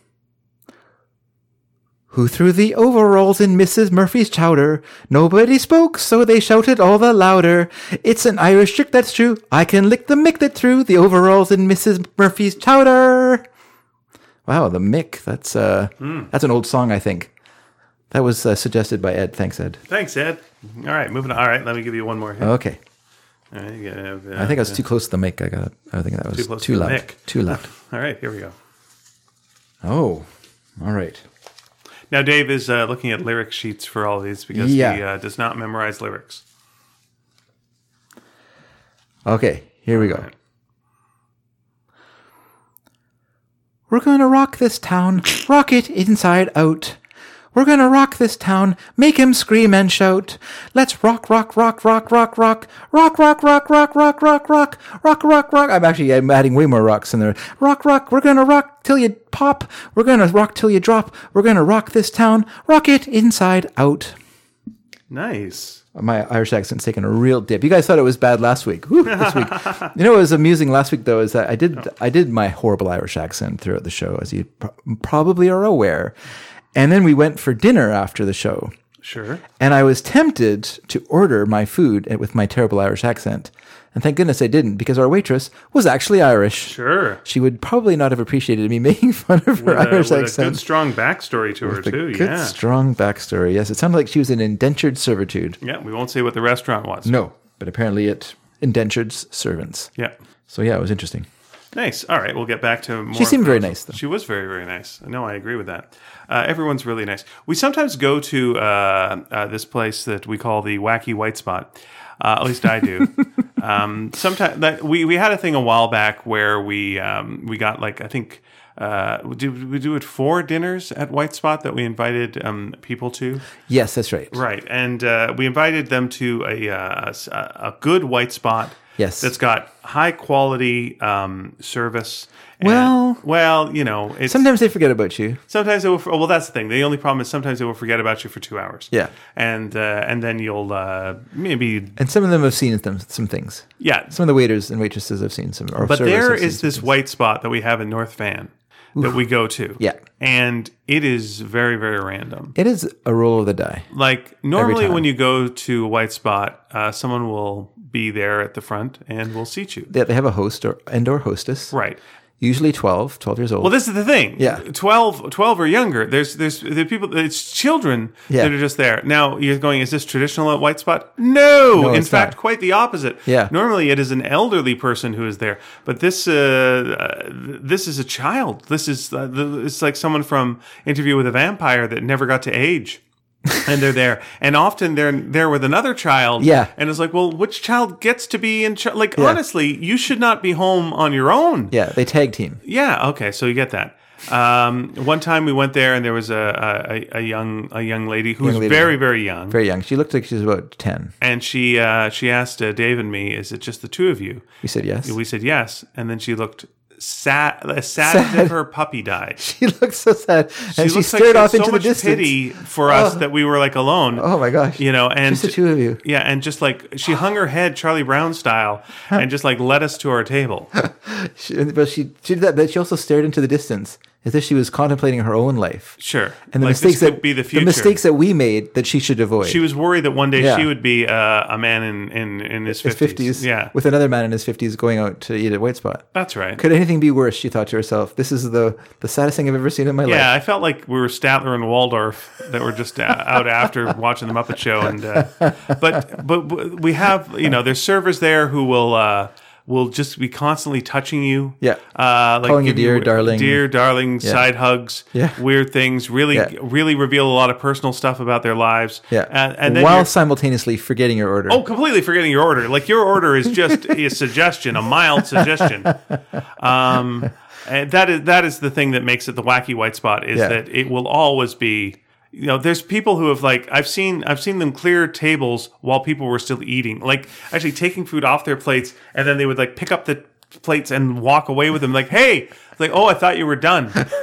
who threw the overalls in Mrs. Murphy's chowder? Nobody spoke, so they shouted all the louder. It's an Irish trick, that's true. I can lick the mick that threw the overalls in Mrs. Murphy's chowder. Wow, the mick. That's uh, that's an old song, I think. That was uh, suggested by Ed. Thanks, Ed. Thanks, Ed. All right, moving. On. All right, let me give you one more. Hit. Okay. All right, you gotta have, uh, Uh, I think I was too close to the mic. I got. I think that was too, close to the loud. mic. Too loud. All right, here we go. Oh, all right. Now Dave is uh, looking at lyric sheets for all these because he Yeah. uh, does not memorize lyrics. Okay, here we go. We're gonna rock this town, rock it inside out. We're gonna rock this town, make him scream and shout. Let's rock, rock, rock, rock, rock, rock, rock, rock, rock, rock, rock, rock, rock, rock, rock, rock. I'm actually I'm adding way more rocks in there. Rock, rock. We're gonna rock till you pop. We're gonna rock till you drop. We're gonna rock this town, rock it inside out. Nice. My Irish accent's taken a real dip. You guys thought it was bad last week. Woo, this [LAUGHS] week, you know, what was amusing last week though is that I did Oh. I did my horrible Irish accent throughout the show, as you pro- probably are aware. And then we went for dinner after the show, Sure. and I was tempted to order my food with my terrible Irish accent. And thank goodness I didn't, because our waitress was actually Irish. Sure. She would probably not have appreciated me [LAUGHS] making fun of her With a- Irish with a accent. good strong backstory to her But too. good, yeah. strong backstory. Yes, it sounded like she was in indentured servitude. yeah. We won't say what the restaurant was. No, but apparently it indentured s- servants. Yeah. So yeah, it was interesting. Nice. All right, we'll get back to more. She seemed very nice though. She was very, very nice. No, I agree with that. Uh, everyone's really nice. We sometimes go to uh, uh, this place that we call the Wacky White Spot. Uh, at least I do. um, sometimes that we, we had a thing a while back where we um, we got like I think uh, we do we do it four dinners at White Spot that we invited um, people to. Yes, that's right. Right, and uh, we invited them to a, uh, a s- a good white spot. Yes. that's got high quality um, service. and- Well- well, you know, it's, sometimes, Sometimes they forget about you. sometimes they will. oh, Well, that's the thing. The only problem is sometimes they will forget about you for two hours. Yeah. and uh, and then you'll uh, maybe And some of them have seen them, some things. yeah. Some of the waiters and waitresses have seen some. Or but servers there have seen is some this things. white spot that we have in North Van that we go to. [SIGHS] Yeah. and it is very very random. It is a roll of the die. Like normally time. when you go to a white spot, uh, someone will be there at the front and will seat you. They, they have a host or and or hostess. Right. Usually 12, 12 years old. Well, this is the thing. Yeah. 12, 12 or younger. There's there's the people. It's children Yeah. that are just there. Now you're going. Is this traditional at White Spot? No. In it's fact, not. quite the opposite. Yeah. Normally it is an elderly person who is there, but this uh, uh, this is a child. This is uh, the, it's like someone from Interview with a Vampire that never got to age. and they're there, [LAUGHS] and often they're there with another child. Yeah. and it's like, well, which child gets to be in? Char- like, honestly, you should not be home on your own. yeah, they tag team. Yeah. Okay. So you get that. Um, one time we went there and there was a a, a young a young lady who was lady. very very young, Very young. She looked like she was about 10. and she uh, she asked uh, Dave and me, "Is it just the two of you?" We said yes. We said yes, and then she looked sad, as sad, as if her puppy died. [LAUGHS] she looked so sad. And she, looks like had stared off into so the much distance. pity for us that we were like alone. Oh my gosh. You know, and Just the two of you. yeah, and just like she hung her head Charlie Brown style, and just like led us to our table. She, but she, she did that, but she also stared into the distance as if she was contemplating her own life. Sure, and the Like, this mistakes could that be the future. mistakes that we made that she should avoid. She was worried that one day Yeah. she would be uh, a man in, in, in his fifties. fifties, Yeah, with another man in his fifties going out to eat at White Spot. that's right. Could anything be worse? She thought to herself. This is the the saddest thing I've ever seen in my yeah, life. I felt like we were Statler and Waldorf that were just uh, out after [LAUGHS] watching the Muppet Show, and uh, but but we have you know there's servers there who will uh, will just be constantly touching you. Yeah. Uh, like Calling you give dear, darling. dear darling, side hugs, Yeah. weird things. Really, Yeah. really reveal a lot of personal stuff about their lives. Yeah. and, and then While you're- simultaneously forgetting your order. [LAUGHS] Oh, completely forgetting your order. Like your order is just a suggestion, a mild suggestion. Um, and that is that is the thing that makes it the wacky white spot is Yeah. that it will always be. You know, there's people who have like I've seen I've seen them clear tables while people were still eating, like actually taking food off their plates, and then they would like pick up the plates and walk away with them, like, "Hey, like, oh, I thought you were done." [LAUGHS]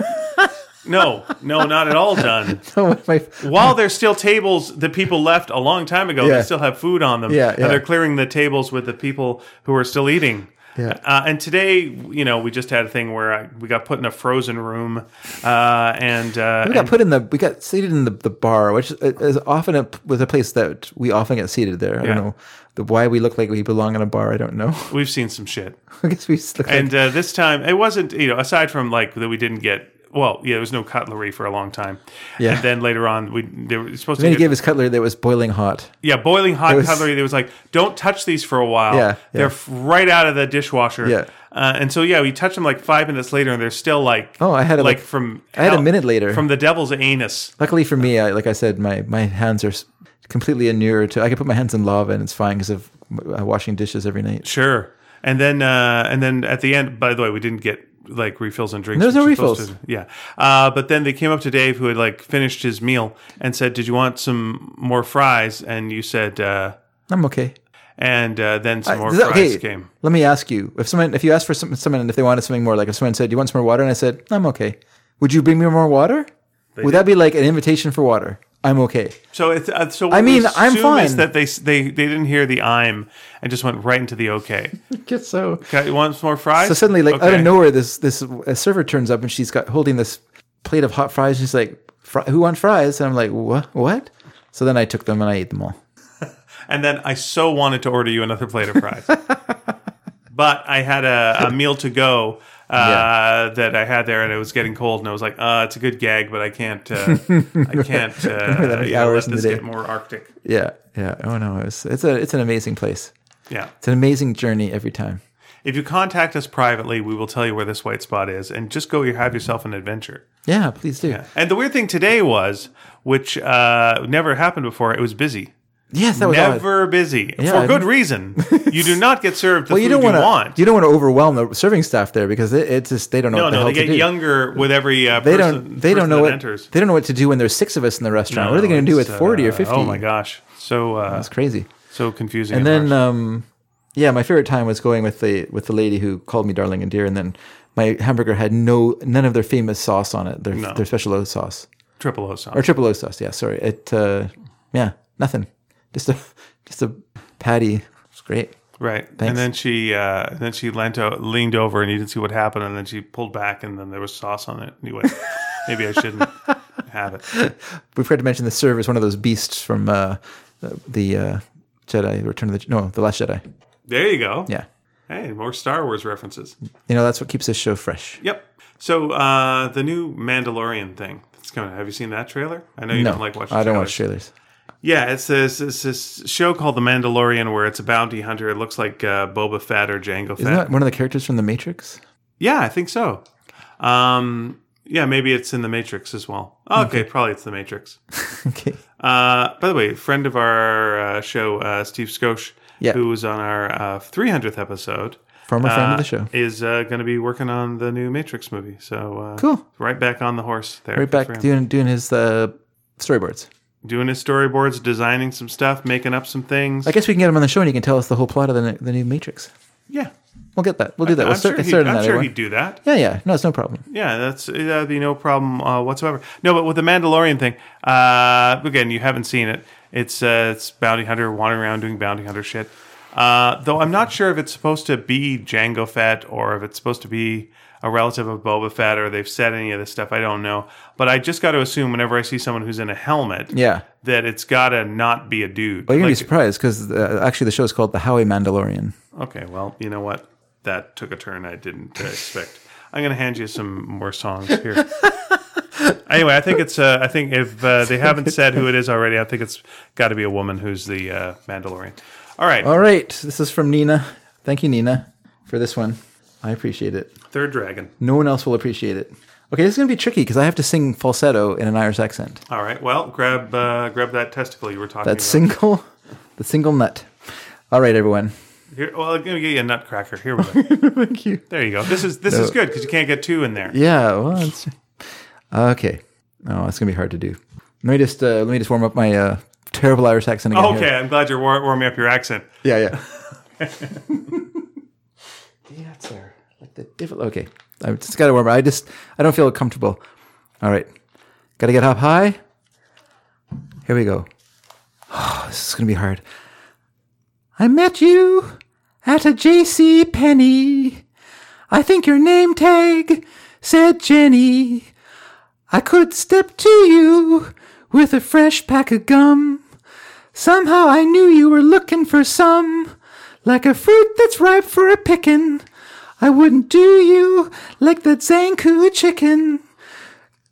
no, no, not at all done my, while there's still tables that people left a long time ago Yeah. that still have food on them Yeah, and yeah. they're clearing the tables with the people who are still eating Yeah. uh, and today you know we just had a thing where I, we got put in a frozen room uh, and, uh, we and got put in the we got seated in the, the bar, which is often a, was a place that we often get seated there. I Yeah. don't know the, why we look like we belong in a bar. I don't know. [LAUGHS] we've seen some shit I guess we just look like and uh, this time it wasn't you know aside from like that we didn't get well yeah there was no cutlery for a long time Yeah. and then later on we they were supposed then to he get- gave his cutlery that was boiling hot. Yeah, boiling hot was- cutlery. There was like, don't touch these for a while. Yeah, yeah. They're f- right out of the dishwasher. Yeah. Uh, and so yeah, we touch them like five minutes later, and they're still like, Oh, I had a, like, like- from I had a hell- minute later. from the devil's anus. Luckily for me, I, like I said, my, my hands are s- completely inured to. I can put my hands in lava and it's fine because of uh, washing dishes every night. Sure. And then uh, and then at the end, by the way, we didn't get like refills and drinks. There's which no we're supposed refills. to- yeah. Uh, but then they came up to Dave, who had like finished his meal, and said, "Did you want some more fries?" And you said, uh, I'm okay. and uh, then some more Is that- fries came. Let me ask you: if someone, if you asked for some, someone, and if they wanted something more, like if someone said, "Do you want some more water?" and I said, "I'm okay," would you bring me more water? would that be like an invitation for water? I'm okay. So it's uh, so. What I we mean, I'm assume fine. Is that they they they didn't hear the I'm and just went right into the okay. I guess so. Okay, you want some more fries? So suddenly, like out Okay. of nowhere, this this a server turns up and she's got holding this plate of hot fries. And she's like, "Fri- "Who wants fries?" And I'm like, "What? What?" So then I took them and I ate them all. And then I so wanted to order you another plate of [LAUGHS] fries, but I had a, a meal to go. Uh, that I had there, and it was getting cold, and I was like, "Uh, it's a good gag, but I can't, uh, [LAUGHS] I can't, uh, many you know, let hours in the this day. get more arctic." Yeah, yeah. Oh no, it's it's a it's an amazing place. Yeah, It's an amazing journey every time. if you contact us privately, we will tell you where this white spot is, and just go have yourself an adventure. Yeah, please do. And the weird thing today was, which uh, never happened before, it was busy. Yes, that was odd. Never busy for I good didn't- reason. [LAUGHS] You do not get served the Well, food you you, don't wanna- want. You don't want to overwhelm the serving staff there because it, it's just they don't know no, what the no, hell they get to do. younger with every uh, they person, don't. They person don't know that what. enters. They don't know what to do when there's six of us in the restaurant. what are they No, going to do with it's, forty or uh, fifty? Oh my gosh, so uh, it's crazy. so confusing. And And, then, harsh. um, yeah, my favorite time was going with the with the lady who called me darling and dear, and then my hamburger had no none of their famous sauce on it. Their their special O sauce triple O sauce. or triple O sauce. Yeah, sorry. It. Uh, yeah, nothing. Just a [LAUGHS] just a patty. It's great. Right. And then she uh, then she leant o- leaned over and you didn't see what happened and then she pulled back and then there was sauce on it. And you went, maybe I [LAUGHS] shouldn't have it. we forgot to mention the server is one of those beasts from uh, the uh, Jedi Return of the no, the Last Jedi. There you go. Yeah, Hey, more Star Wars references. you know that's what keeps this show fresh. Yep. So uh, the new Mandalorian thing that's coming. Have you seen that trailer? I know you No, don't like watching. I don't trailers. watch trailers. Yeah, it's this, it's this show called The Mandalorian where it's a bounty hunter. It looks like uh, Boba Fett or Django Fett. Isn't that one of the characters from The Matrix? [LAUGHS] yeah, I think so. Um, yeah, maybe it's in The Matrix as well. Okay, probably it's The Matrix. okay, Uh, by the way, friend of our uh, show, uh, Steve Skosh, Yeah. who was on our uh, 300th episode. former friend uh, of the show. is uh, going to be working on the new Matrix movie. So uh, Cool. right back on the horse there. Right Good for back him. doing doing his uh, storyboards. doing his storyboards, designing some stuff, making up some things. I guess we can get him on the show and he can tell us the whole plot of the, ne- the new Matrix. yeah, We'll get that. We'll do that. We'll I'm start, sure, start he'd, on I'm that. sure everyone. he'd do that. yeah, yeah. No, it's no problem. Yeah, that's uh, that'd be no problem uh, whatsoever. No, but with the Mandalorian thing, uh, again, you haven't seen it. It's uh, it's bounty hunter wandering around doing bounty hunter shit. Uh, though I'm not sure if it's supposed to be Django Fett or if it's supposed to be a relative of Boba Fett or they've said any of this stuff. I don't know, but I just got to assume whenever I see someone who's in a helmet, Yeah. that it's got to not be a dude. Well, you're gonna Like- be surprised because uh, actually the show is called The Howie Mandalorian. Okay, well, you know what? That took a turn I didn't [LAUGHS] uh, expect. I'm going to hand you some more songs here. anyway, I think it's. Uh, I think if uh, they haven't said who it is already, I think it's got to be a Oh. woman who's the uh, Mandalorian. All right. All right, this is from Nina. Thank you, Nina. for this one. I appreciate it. Third Dragon. No one else will appreciate it. Okay, this is going to be tricky because I have to sing falsetto in an Irish accent. All right. Well, grab uh, grab that testicle you were talking That about. single, [LAUGHS] the single nut. All right, everyone. Here, well, I'm gonna get you a nutcracker. Here we go. Thank you. there you go. This is this is good because you can't get two in there. Yeah. Well, it's, okay. Oh, it's gonna be hard to do. Let me just uh, let me just warm up my uh, terrible Irish accent again. Okay, here. I'm glad you're war- warming up your accent. Yeah. [LAUGHS] Yeah. yeah, it's there. Like the devil. Okay. I just gotta warm up. I just I don't feel comfortable. All right. Gotta get up high. Here we go. [SIGHS] Oh, this is gonna be hard. I met you at a J.C. Penney. I think your name tag said Jenny. I could step to you with a fresh pack of gum. Somehow I knew you were looking for some, like a fruit that's ripe for a pickin'. I wouldn't do you like that Zanku chicken,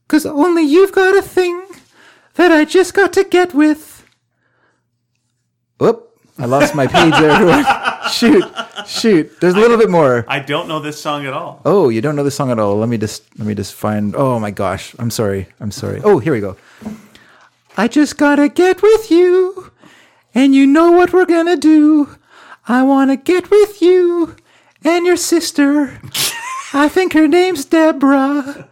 'cause only you've got a thing that I just got to get with. Oop, I lost my page there, [LAUGHS] everyone. shoot, shoot. There's a little bit more. I don't know this song at all. Oh, you don't know this song at all. Let me just let me just find. Oh my gosh, I'm sorry. I'm sorry. Oh, here we go. I just gotta get with you, and you know what we're gonna do. I wanna get with you and [LAUGHS] your sister. I think her name's Deborah.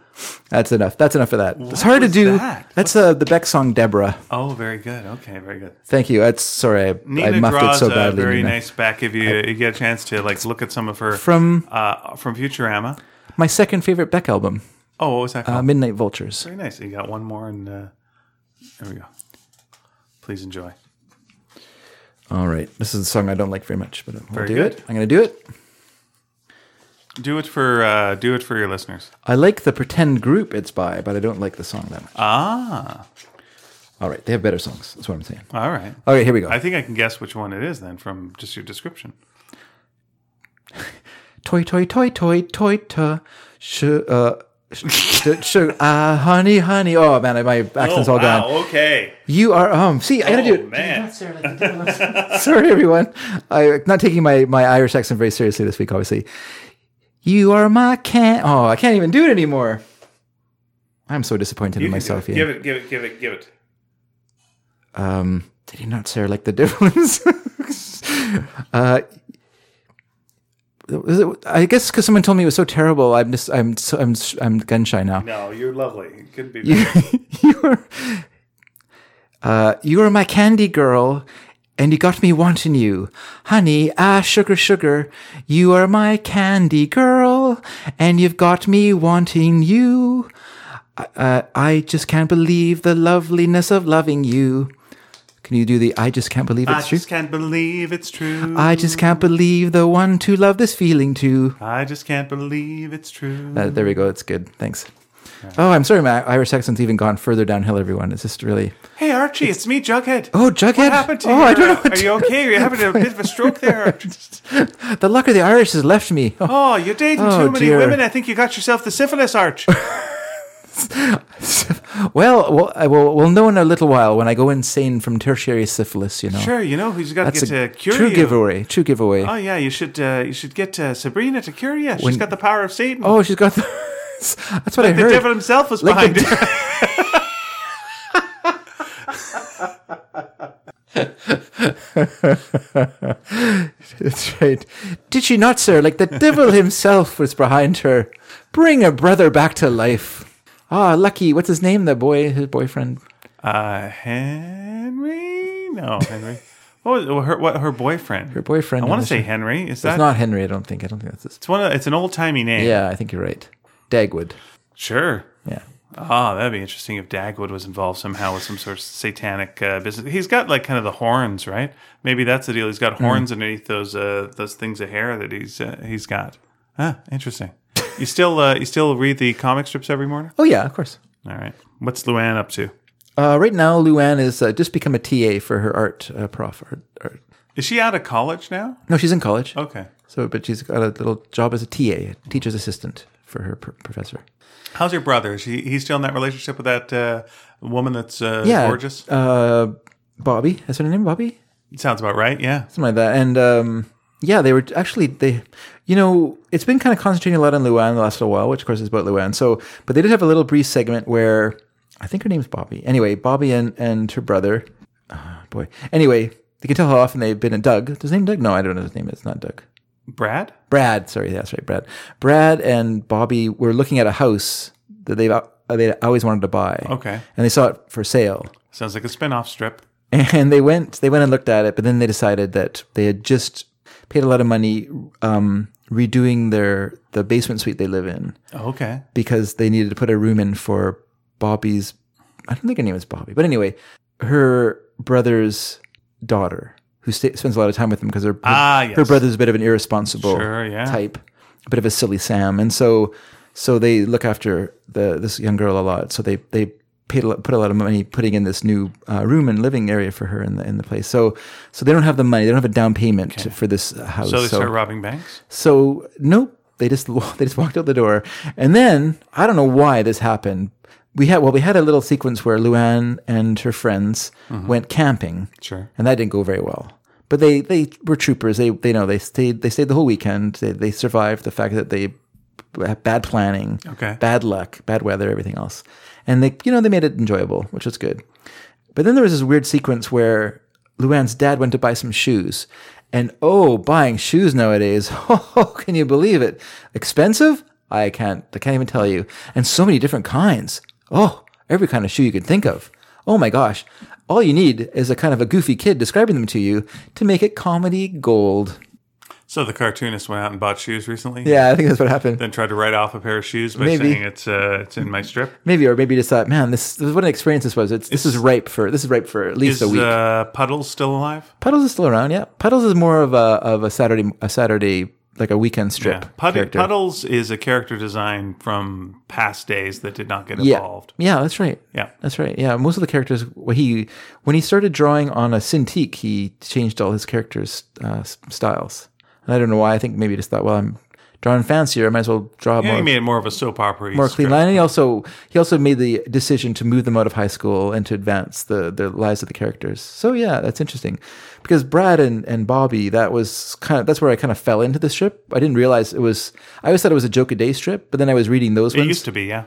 That's enough. That's enough of that. it's hard to was do. that? That's uh, the Beck song, Deborah. Oh, very good. Okay, very good. Thank you. That's sorry. I, I Nina muffed it draws so a badly. very Nina. nice back. If you, you get a chance to like look at some of her From uh, from Futurama. my second favorite Beck album, Oh, what was that called? uh, Midnight Vultures. very nice. You got one more, and uh, there we go. Please enjoy. All right. This is a song I don't like very much, but I'll do good. it. I'm going to do it. Do it for uh, do it for your listeners. I like the pretend group it's by, but I don't like the song that much. Ah, All right. They have better songs. That's what I'm saying. all right. All right. Here we go. I think I can guess which one it is then from just your description. toy, toy, toy, toy, toy, toy. Sh- uh, sh- [LAUGHS] sh- sh- ah, honey, honey. Oh, man. My accent's all gone. Okay. Oh, You are um. See, I gotta do it. man. Oh, Sorry, everyone. I'm not taking my my Irish accent very seriously this week. Obviously, you are my can. Oh, I can't even do it anymore. I'm so disappointed in myself. Ian. it, give it, give it, give it. Um, did he not say like the [LAUGHS] difference? uh, was it- I guess because someone told me it was so terrible, I'm just I'm so, I'm I'm gun shy now. No, you're lovely. It [LAUGHS] could be. you were uh, you were my candy girl, and you got me wanting you, honey. Ah, sugar, sugar. You are my candy girl, and you've got me wanting you. Uh, I just can't believe the loveliness of loving you. Can you do the I just can't believe I it's true? Uh, just can't believe it's true. I just can't believe the one to love this feeling to. I just can't believe it's true. Uh, there we go. It's good. Thanks. Oh, I'm sorry. My Irish accent's even gone further downhill, everyone. It's just really. Hey Archie, it's me, Jughead. Oh, Jughead. What happened to oh, you? I don't know. What Are you okay? Are you having a bit of a stroke [LAUGHS] there? the luck of the Irish has left me. [LAUGHS] Oh, Oh, you're dating Oh, too many dear. women. I think you got yourself the syphilis, [LAUGHS] Arch. well, well, I will, we'll know in a little while when I go insane from tertiary syphilis. You know, sure, you know who's got to that's get a to cure true you. giveaway. True giveaway. Oh yeah, you should uh, you should get uh, Sabrina to cure you. She's got the power of Satan. oh, she's got. [LAUGHS] The, that's what I the heard. devil himself was Like behind the it. [LAUGHS] [LAUGHS] [LAUGHS] That's right. Did she not, sir? Like the devil himself was behind her. Bring her brother back to life. Ah, lucky. What's his name? The boy, his boyfriend. Uh, Henry? No, Henry. what was her? What her boyfriend? Her boyfriend. I want to It's say Henry. Is that? It's, not Henry. I don't think. I don't think that's his. one. Of, it's an old timey name. Yeah, I think you're right. Dagwood. Sure. Yeah. Oh, that'd be interesting if Dagwood was involved somehow with some sort of satanic uh, business. He's got like kind of the horns, right? Maybe that's the deal. He's got horns underneath those uh, those things of hair that he's uh, he's got. Ah, interesting. you still uh, you still read the comic strips every morning? Oh yeah, of course. All right. What's Luann up to? Uh, right now, Luann has uh, just become a TA for her art uh, prof. Art, art. Is she out of college now? No, she's in college. Okay. So, but she's got a little job as a TA, a teacher's assistant for her pr- professor. How's your brother? Is he he's still in that relationship with that uh, woman that's uh, Yeah, gorgeous? Uh, Bobby, is her name Bobby? Sounds about right. Yeah. Something like that. And um, yeah, they were actually they. you know, it's been kind of concentrating a lot on Luann the last little while, which of course is about Luann. So, but they did have a little brief segment where I think her name's Bobby. Anyway, Bobby and and her brother. ah, boy. Anyway, you can tell how often they've been in Doug. Does his name Doug? No, I don't know his name. It's not Doug. Brad? Brad, sorry, that's right, Brad. Brad and Bobby were looking at a house that they've uh, they always wanted to buy. Okay. And they saw it for sale. Sounds like a spin off strip. And they went they went and looked at it, but then they decided that they had just paid a lot of money um, redoing their the basement suite they live in Okay. because they needed to put a room in for Bobby's I don't think her name is Bobby, but anyway, her brother's daughter who sta spends a lot of time with them because her, her, Ah, yes. her brother's a bit of an irresponsible Sure, yeah. type, a bit of a silly Sam, and so so they look after the this young girl a lot. So they they paid a lot, put a lot of money putting in this new uh, room and living area for her in the in the place. So so they don't have the money, they don't have a down payment for this house. So they start robbing banks? So nope, they just [LAUGHS] they just walked out the door, and then I don't know why this happened. We had well, we had a little sequence where Luann and her friends Mm-hmm. went camping, Sure. and that didn't go very well. But they they were troopers. They they know they stayed they stayed the whole weekend. They they survived the fact that they had bad planning, Okay. bad luck, bad weather, everything else, and they you know they made it enjoyable, which was good. But then there was this weird sequence where Luann's dad went to buy some shoes. And oh, buying shoes nowadays, [LAUGHS] oh, can you believe it? Expensive? I can't, I can't even tell you. And so many different kinds. Oh, every kind of shoe you can think of. Oh my gosh. All you need is a kind of a goofy kid describing them to you to make it comedy gold. So the cartoonist went out and bought shoes recently? Yeah, I think that's what happened. Then tried to write off a pair of shoes by Maybe. saying it's uh, it's in my strip. Maybe, or maybe you just thought, man, this, this is what an experience this was. It's, this is ripe for, this is ripe for at Is least a week. uh, Puddles still alive? Puddles is still around, yeah. Puddles is more of a of a Saturday a Saturday like a weekend strip Yeah. Pud- character. Puddles is a character design from past days that did not get yeah. involved. Yeah, that's right. Yeah. That's right. Yeah, most of the characters when he when he started drawing on a Cintiq, he changed all his characters' uh, s- styles. And I don't know why. I think maybe he just thought, well, I'm drawing fancier. I might as well draw Yeah, more he made it more of a soap opera. more clean line. And he also he also made the decision to move them out of high school and to advance the the lives of the characters. So yeah, that's interesting because Brad and and Bobby that was kind of that's where I kind of fell into the strip. I didn't realize it was I always thought it was a joke a day strip, but then I was reading those It ones used to be, yeah.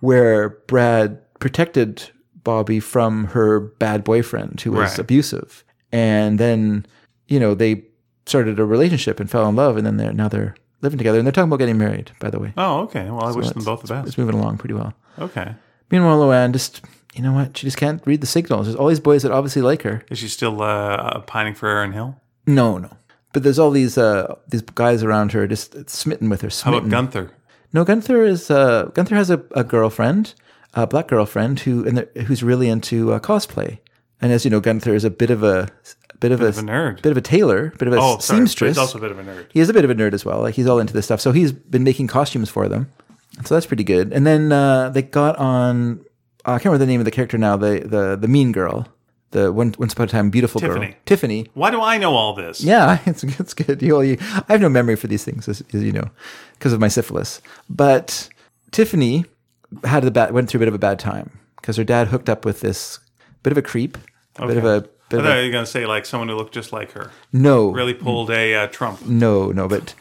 where Brad protected Bobby from her bad boyfriend who was Right. abusive, and then you know they started a relationship and fell in love, and then they're now they're living together and they're talking about getting married. By the way, Oh, okay. Well, I wish them both the best. it's moving along pretty well. Okay. Meanwhile, Luann just, you know what? She just can't read the signals. There's all these boys that obviously like her. Is she still uh, pining for Aaron Hill? No, no. But there's all these uh, these guys around her just smitten with her. How Smitten. about Gunther? no, Gunther is uh, Gunther has a, a girlfriend, a black girlfriend who and the, who's really into uh, cosplay. And as you know, Gunther is a bit of a, a bit of a, of a nerd. bit of a tailor, bit of a Oh, sorry. seamstress. He's also a bit of a nerd. he is a bit of a nerd as well. Like he's all into this stuff. So he's been making costumes for them. So that's pretty good. And then uh, they got on. uh, I can't remember the name of the character now. The the the mean girl, the one, once upon a time beautiful girl, Tiffany. Tiffany. Why do I know all this? Yeah, [LAUGHS] it's it's good. You, you I have no memory for these things, as, as you know, because of my syphilis. But Tiffany had the bad went through a bit of a bad time because her dad hooked up with this bit of a creep, a bit of a bit I of thought a, you were going to say like someone who looked just like her. no Really pulled a uh, Trump. no, no, but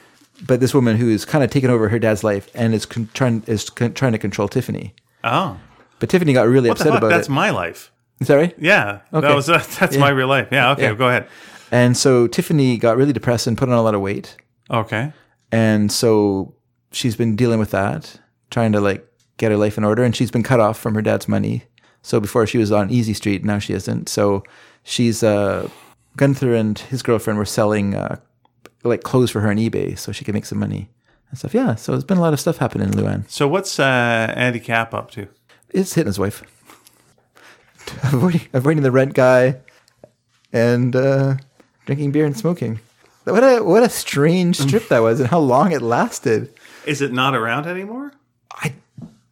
but this woman who is kind of taken over her dad's life and is con- trying is con- trying to control Tiffany. Oh, But Tiffany got really what the upset fuck? about That's it. my life. Sorry. Yeah, Okay. that was [LAUGHS] uh, that's my real life. Yeah. Okay, go ahead. And so Tiffany got really depressed and put on a lot of weight, Okay. and so she's been dealing with that, trying to like get her life in order, and she's been cut off from her dad's money. So before she was on Easy Street, now she isn't. So she's uh, Gunther and his girlfriend were selling uh, like clothes for her on eBay, so she could make some money and stuff. Yeah, so there's been a lot of stuff happening in Luan. So what's uh, Andy Cap up to? It's hitting his wife. avoiding, avoiding the rent guy and uh, drinking beer and smoking. What a what a strange strip that was, and how long it lasted. Is it not around anymore? I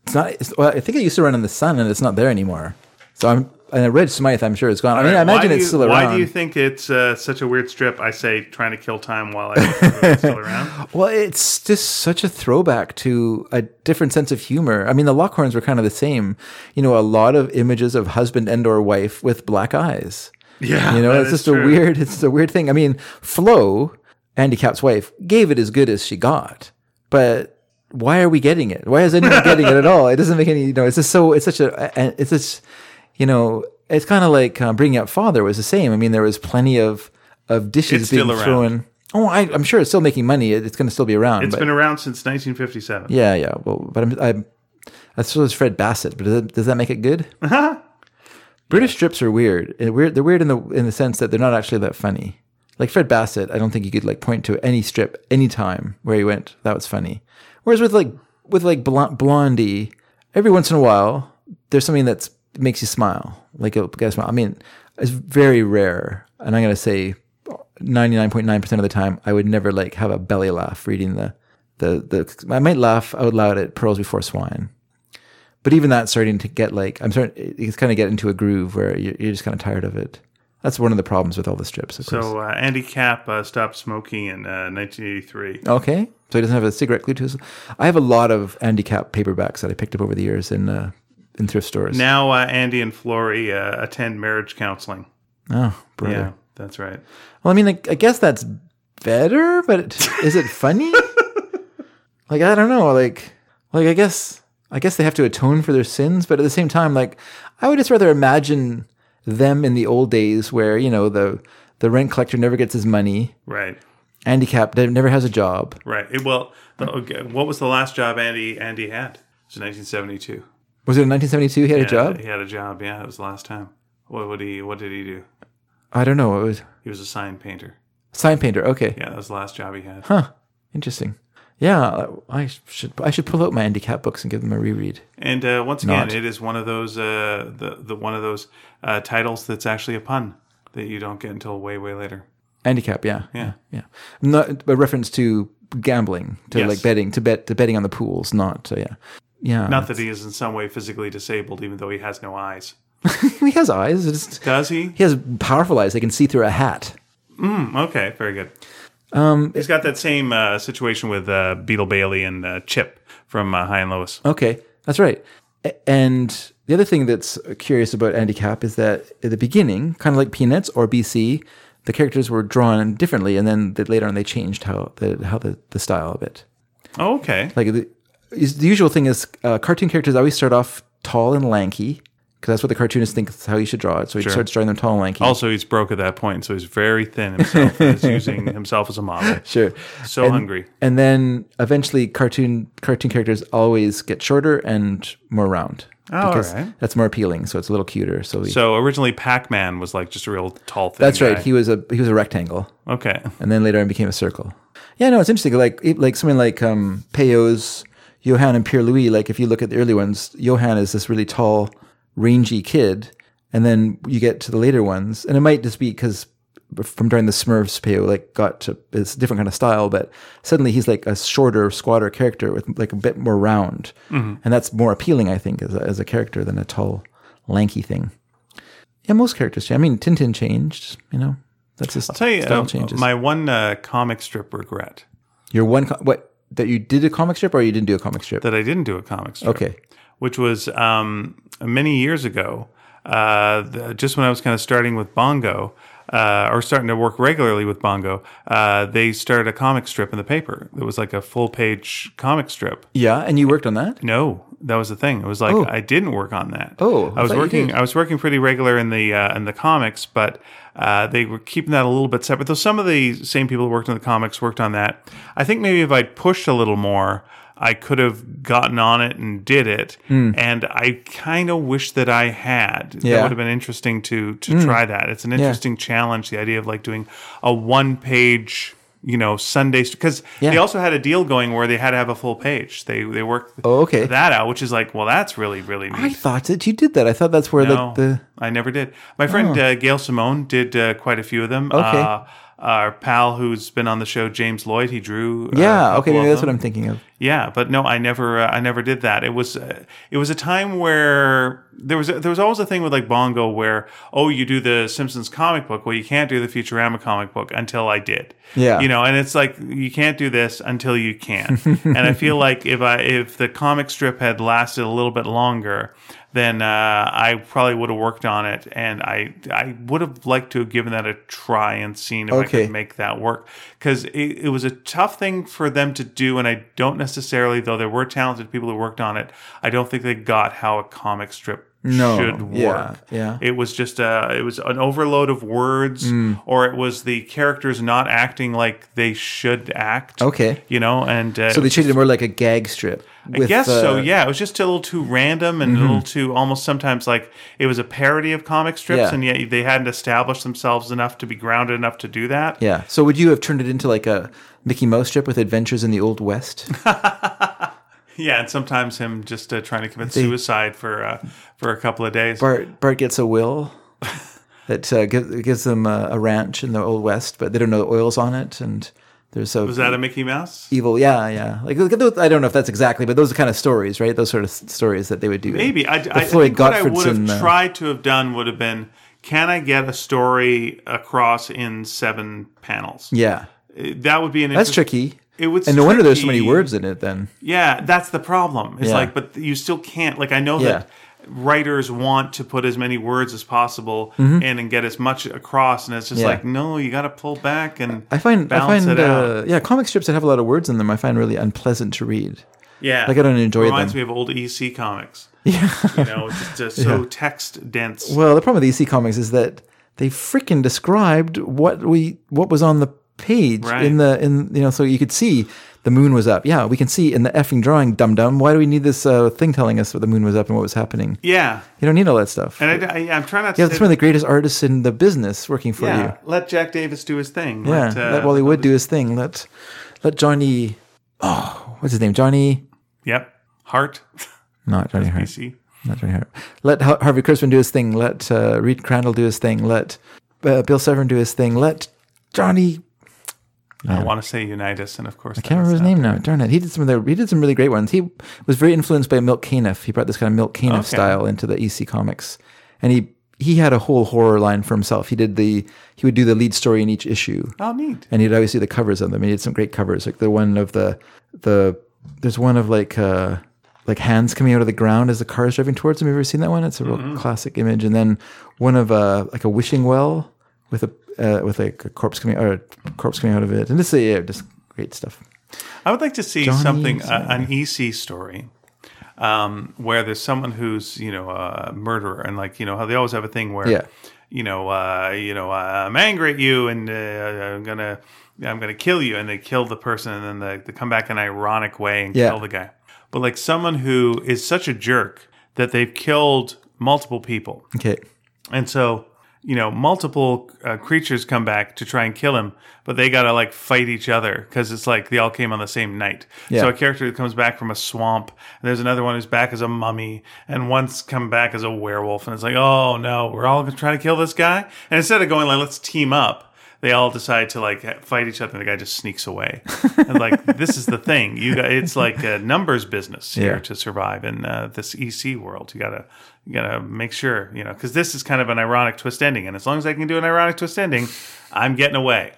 it's not. It's, well, I think it used to run in the sun, and it's not there anymore. So I'm and Red Smythe. I'm sure it's gone. I mean, I imagine Why do it's you- still around. Why do you think it's uh, such a weird strip? I say trying to kill time while [LAUGHS] I look for it's still around. Well, it's just such a throwback to a different sense of humor. I mean, the Lockhorns were kind of the same. You know, a lot of images of husband and or wife with black eyes. Yeah, you know, [LAUGHS] that it's is just a true. weird, it's just a weird thing. I mean, Flo Andy Kapp's wife gave it as good as she got, but why are we getting it? Why is anyone getting it at all? It doesn't make any. You know, it's just so. It's such a. and It's just. You know, it's kind of like uh, bringing up father was the same. I mean, there was plenty of of dishes It's being still around. thrown. Oh, I, I'm sure it's still making money. It, it's going to still be around. It's but, been around since 1957. yeah, yeah. Well, but I'm, I'm that's sort of Fred Bassett. But does that, does that make it good? British strips are weird. They're weird. They're weird in the in the sense that they're not actually that funny. Like Fred Bassett, I don't think you could like point to any strip any time where he went that was funny. Whereas with like with like Bl- Blondie, every once in a while there's something that makes you smile, like a guy smile. I mean, it's very rare, and I'm gonna say 99.9% of the time, I would never like have a belly laugh reading the, the, the, I might laugh out loud at Pearls Before Swine. But even that's starting to get like, I'm starting, it's kind of get into a groove where you're, you're just kind of tired of it. That's one of the problems with all the strips, of course. So uh, Andy Cap uh, stopped smoking in uh, 1983. Okay. So he doesn't have a cigarette clue to his. I have a lot of handicap paperbacks that I picked up over the years in, uh, in thrift stores. Now uh, Andy and Flory uh, attend marriage counseling. oh, brother. Yeah, that's right. Well, I mean, like, I guess that's better, but it- is it funny? like, I don't know. Like, like I guess, I guess they have to atone for their sins, but at the same time, like, I would just rather imagine them in the old days where you know the the rent collector never gets his money, Right, handicapped never has a job. right. It- well, the, okay, what was the last job Andy Andy had? It was 1972. Was it in 1972 he had a job? He had a job. Yeah, it was the last time. What would he? What did he do? I don't know. It was He was a sign painter. sign painter. Okay, Yeah, that was the last job he had. huh? Interesting. Yeah, I should I should pull out my handicap books and give them a reread. And uh, once again, Not. it is one of those uh, the the one of those uh, titles that's actually a pun that you don't get until way way later. handicap yeah Yeah. yeah not a reference to gambling to Yes. like betting to bet to betting on the pools not uh, yeah yeah Not that he is in some way physically disabled, even though he has no eyes. [LAUGHS] he has eyes it's, Does he? he has powerful eyes they can see through a hat Hmm, okay, very good. Um, He's got that same uh, situation with uh, Beetle Bailey and uh, Chip from uh, High and Lois. okay that's right A- and the other thing that's curious about handicap is that at the beginning kind of like peanuts or bc the characters were drawn differently and then that later on they changed how the how the, the style of it Oh, okay. like the, is the usual thing is uh, cartoon characters always start off tall and lanky because that's what the cartoonist thinks how you should draw it. So he starts drawing them tall and lanky. Also, he's broke at that point, so he's very thin himself. he's [LAUGHS] using himself as a model. sure. So hungry. And then eventually, cartoon cartoon characters always get shorter and more round. Oh, all because right. That's more appealing, so it's a little cuter. So, he, So originally, Pac Man was like just a real tall thing. that's right. He was a he was a rectangle, okay. and then later on became a circle. Yeah, no, it's interesting. Like it- like something like um, Peyo's Johan and Pierre Louis. Like if you look at the early ones, Johan is this really tall, rangy kid, and then you get to the later ones, and it might just be because from during the Smurfs, Peyo like got to it's a different kind of style, but suddenly he's like a shorter, squatter character with like a bit more round, Mm-hmm. and that's more appealing, I think, as a, as a character than a tall, lanky thing. Yeah, most characters change. I mean, Tintin changed. You know, that's just I'll tell you, style uh, changes. my one uh, comic strip regret Your one co- what that you did a comic strip or you didn't do a comic strip? that I didn't do a comic strip. okay. which was um, many years ago, uh, the, just when I was kind of starting with Bongo uh, or starting to work regularly with Bongo, uh, they started a comic strip in the paper. It was like a full page comic strip. Yeah, and you worked on that? No, that was the thing. It was like I didn't work on that. Oh, I I was thought you working. did. I was working pretty regular in the uh, in the comics, but uh, they were keeping that a little bit separate. Though some of the same people who worked on the comics worked on that. I think maybe if I pushed a little more, I could have gotten on it and did it. And I kind of wish that I had. That Hmm. Yeah. Hmm. would have been interesting to to try that. It's an interesting challenge. The idea of like doing a one page. You know, Sundays because they Yeah. also had a deal going where they had to have a full page. They they worked Oh, okay. that out, which is like, well, that's really really neat. I thought that you did that. I thought that's where No, Uh, like the Oh. I never did. My friend uh, Gail Simone did uh, quite a few of them. Okay. Uh, our pal who's been on the show, James Lloyd, he drew. uh, yeah, a okay, couple maybe of that's them. what I'm thinking of. Yeah, but no, I never, uh, I never did that. It was, uh, it was a time where there was, there was always a thing with like Bongo where, oh, you do the Simpsons comic book, well, you can't do the Futurama comic book until I did. Yeah. you know, and it's like you can't do this until you can. and I feel like if I, if the comic strip had lasted a little bit longer, then uh, I probably would have worked on it, and I I would have liked to have given that a try and seen if I Okay. could make that work because it, it was a tough thing for them to do, and I don't necessarily, though there were talented people who worked on it, I don't think they got how a comic strip No, should work. yeah, yeah. It was just uh it was an overload of words, Mm. or it was the characters not acting like they should act. Okay. you know, and uh, So they treated it more like a gag strip. I guess so. uh, Mm-hmm. Yeah, it was just a little too random and a little too almost sometimes like it was a parody of comic strips, Yeah. and yet they hadn't established themselves enough to be grounded enough to do that. Yeah. So would you have turned it into like a Mickey Mouse strip with Adventures in the Old [LAUGHS] West? Yeah, and sometimes him just uh, trying to commit suicide for uh, for a couple of days. Bart Bart gets a will that uh, gives, gives them a, a ranch in the Old West, but they don't know the oil's on it, and there's a was that a Mickey Mouse? evil. Yeah, yeah. Like look at those- I don't know if that's exactly, but those are kind of stories, right? Those sort of s- stories that they would do. Maybe I, I Floyd think what I would have Gottfredson, uh, tried to have done would have been: Can I get a story across in seven panels? Yeah, Uh, That would be an that's interest- tricky. It would and no wonder there's so many tricky. words in it. Then Yeah, that's the problem. It's Yeah. like, but you still can't. Like, I know Yeah. that writers want to put as many words as possible and, and get as much across, and it's just Mm-hmm. Yeah. like, no, you got to pull back and I find balance I find it out. uh, yeah, comic strips that have a lot of words in them, I find really unpleasant to read. yeah, like, I don't enjoy Reminds them. me of old EC comics. Yeah, you know, it's just, uh, [LAUGHS] so text dense. Well, the problem with EC comics is that they freaking described what we what was on the page Right. in the in you know so you could see the moon was up. Yeah, we can see in the effing drawing, dum dum. Why do we need this uh, thing telling us that the moon was up and what was happening? Yeah, You don't need all that stuff. and I, I, I'm trying not to. yeah, say that's one of the greatest artists in the business working for you. yeah, let Jack Davis do his thing. Yeah, let, uh, let Wally Wood do his thing. Let let Johnny. Oh, what's his name? Johnny. Yep, [LAUGHS] Hart, Not Johnny Hart. EC. Not Johnny Hart. Let Har- Harvey Kurtzman do his thing. Let uh, Reed Crandall do his thing. Let uh, Bill Severn do his thing. Let Johnny. I want to say Unitas, and of course, I Can't remember his name now. Darn it. He did some of the, He did some really great ones. He was very influenced by Milk Caniff. He brought this kind of Milk Caniff Okay. style into the EC comics, and he he had a whole horror line for himself. He did the he would do the lead story in each issue. Oh, neat. and he'd always do the covers of them. He did some great covers, like the one of the the there's one of like uh like hands coming out of the ground as the car is driving towards him. Have you ever seen that one? It's a real classic image. And then one of uh like a wishing well with a uh, with like a corpse coming or a corpse coming out of it. And this is yeah, just great stuff. I would like to see something, uh, an EC story, um, where there's someone who's you know a murderer, and like you know how they always have a thing where, Yeah. you know, uh, you know, uh, I'm angry at you, and uh, I'm gonna, I'm gonna kill you, and they kill the person, and then they, they come back in an ironic way and Yeah. kill the guy. But like someone who is such a jerk that they've killed multiple people, Okay. and so, you know, multiple uh, creatures come back to try and kill him, but they got to like fight each other because it's like they all came on the same night. Yeah. So a character comes back from a swamp, and there's another one who's back as a mummy, and one's come back as a werewolf. And it's like, oh no, we're all going to try to kill this guy. And instead of going like, let's team up. They all decide to like ha- fight each other, and the guy just sneaks away. and [LAUGHS] like, this is the thing. You got it's like a numbers business here Yeah. to survive in uh, this EC world. You gotta you gotta make sure you know because this is kind of an ironic twist ending, and as long as I can do an ironic twist ending, I'm getting [LAUGHS] away.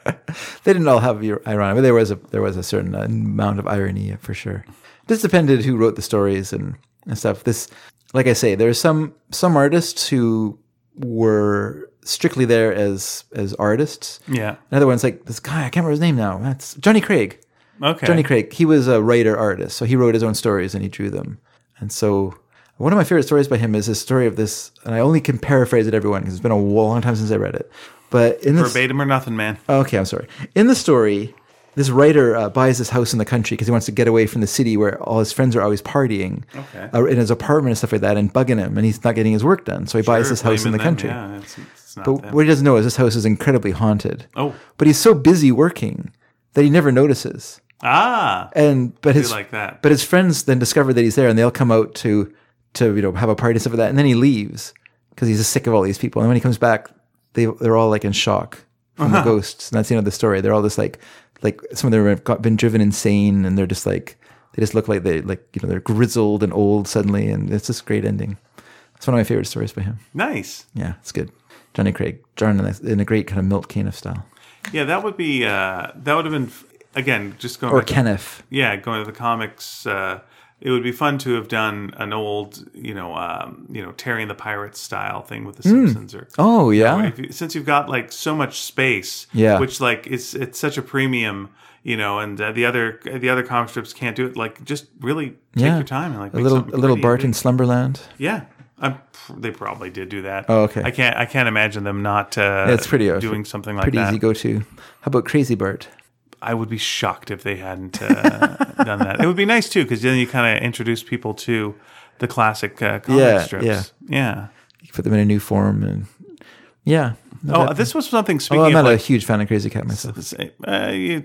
They didn't all have your irony, but there was a there was a certain uh, amount of irony for sure. This depended who wrote the stories and, and stuff. This, like I say, there are some some artists who were strictly there as as artists. Yeah. Another one's like this guy. I can't remember his name now. That's Johnny Craig. Okay. Johnny Craig. He was a writer artist, so he wrote his own stories and he drew them. And so one of my favorite stories by him is his story of this, and I only can paraphrase it, everyone, because it's been a long time since I read it. But in this, Verbatim or nothing, man. Okay, I'm sorry. In the story, this writer uh, buys this house in the country because he wants to get away from the city where all his friends are always partying Okay. uh, in his apartment and stuff like that and bugging him, and he's not getting his work done. So he buys Sure, this house in the blaming them. country. Yeah, it's, it's not But them. what he doesn't know is this house is incredibly haunted. Oh. But he's so busy working that he never notices. Ah, And but his like that. but his friends then discover that he's there, and they'll come out to to you know have a party and stuff like that. And then he leaves because he's just sick of all these people. And when he comes back, they they're all like in shock from the ghosts, and that's the end of the story. They're all just like like some of them have got, been driven insane, and they're just like they just look like they like you know they're grizzled and old suddenly, and it's this great ending. It's one of my favorite stories by him. nice. Yeah, it's good. Johnny Craig, John in a- in a great kind of Milt Caniff style, Yeah, that would be uh, that would have been again just going or back to Kenneth. yeah, going to the comics uh, it would be fun to have done an old, you know, um, you know, Terry and the Pirates style thing with the Simpsons or Oh yeah, if you, since you've got like so much space, Yeah. which like it's it's such a premium, you know, and uh, the other the other comic strips can't do it. Like just really take Yeah. your time and like a little a little Bart in Slumberland. Yeah, I'm, pr- they probably did do that. Oh, okay. I can't I can't imagine them not. Uh, it's pretty- doing something like Pretty that. easy go to. How about Crazy Bart? I would be shocked if they hadn't uh, [LAUGHS] done that. It would be nice too because then you kind of introduce people to the classic uh, comic Yeah, strips. yeah. yeah. You put them in a new form and yeah. Oh, this was something. Speaking well, I'm of not like, a huge fan of Crazy Cat myself. Uh, you,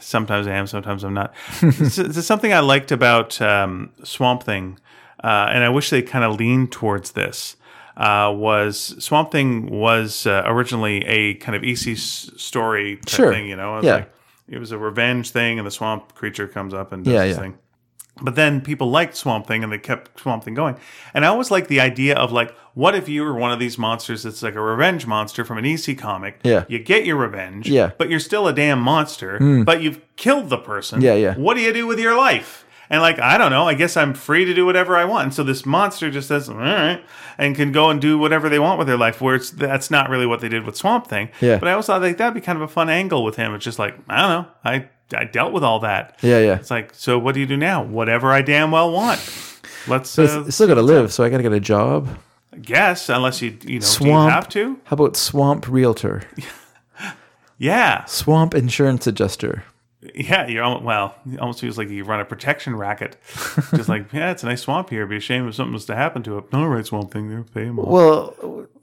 sometimes I am, sometimes I'm not. [LAUGHS] it's, it's something I liked about um, Swamp Thing, uh, and I wish they kind of leaned towards this. Uh, was Swamp Thing was uh, originally a kind of EC s- story type Sure. thing, you know? It was Yeah. like- it was a revenge thing, and the swamp creature comes up and does Yeah, this yeah. thing. But then people liked Swamp Thing and they kept Swamp Thing going. And I always like the idea of like, what if you were one of these monsters that's like a revenge monster from an EC comic? Yeah. You get your revenge. Yeah. Hmm. But you're still a damn monster, but you've killed the person. Yeah, yeah. What do you do with your life? And like, I don't know, I guess I'm free to do whatever I want. And so this monster just says, all right, and can go and do whatever they want with their life, where it's that's not really what they did with Swamp Thing. Yeah. But I always thought like that'd be kind of a fun angle with him. It's just like, I don't know. I I dealt with all that. Yeah, yeah. It's like, so what do you do now? Whatever I damn well want. Let's It's, uh, it's still got to live, so I got to get a job. guess, unless you you know do you Swamp. have to. How about Swamp Realtor? Yeah, Swamp Insurance Adjuster. yeah. You're almost, well. It almost feels like you run a protection racket. Just [LAUGHS] like, yeah, it's a nice swamp here. It'd be a shame if something was to happen to it. No, right, swamp thing. They're paying off. Well,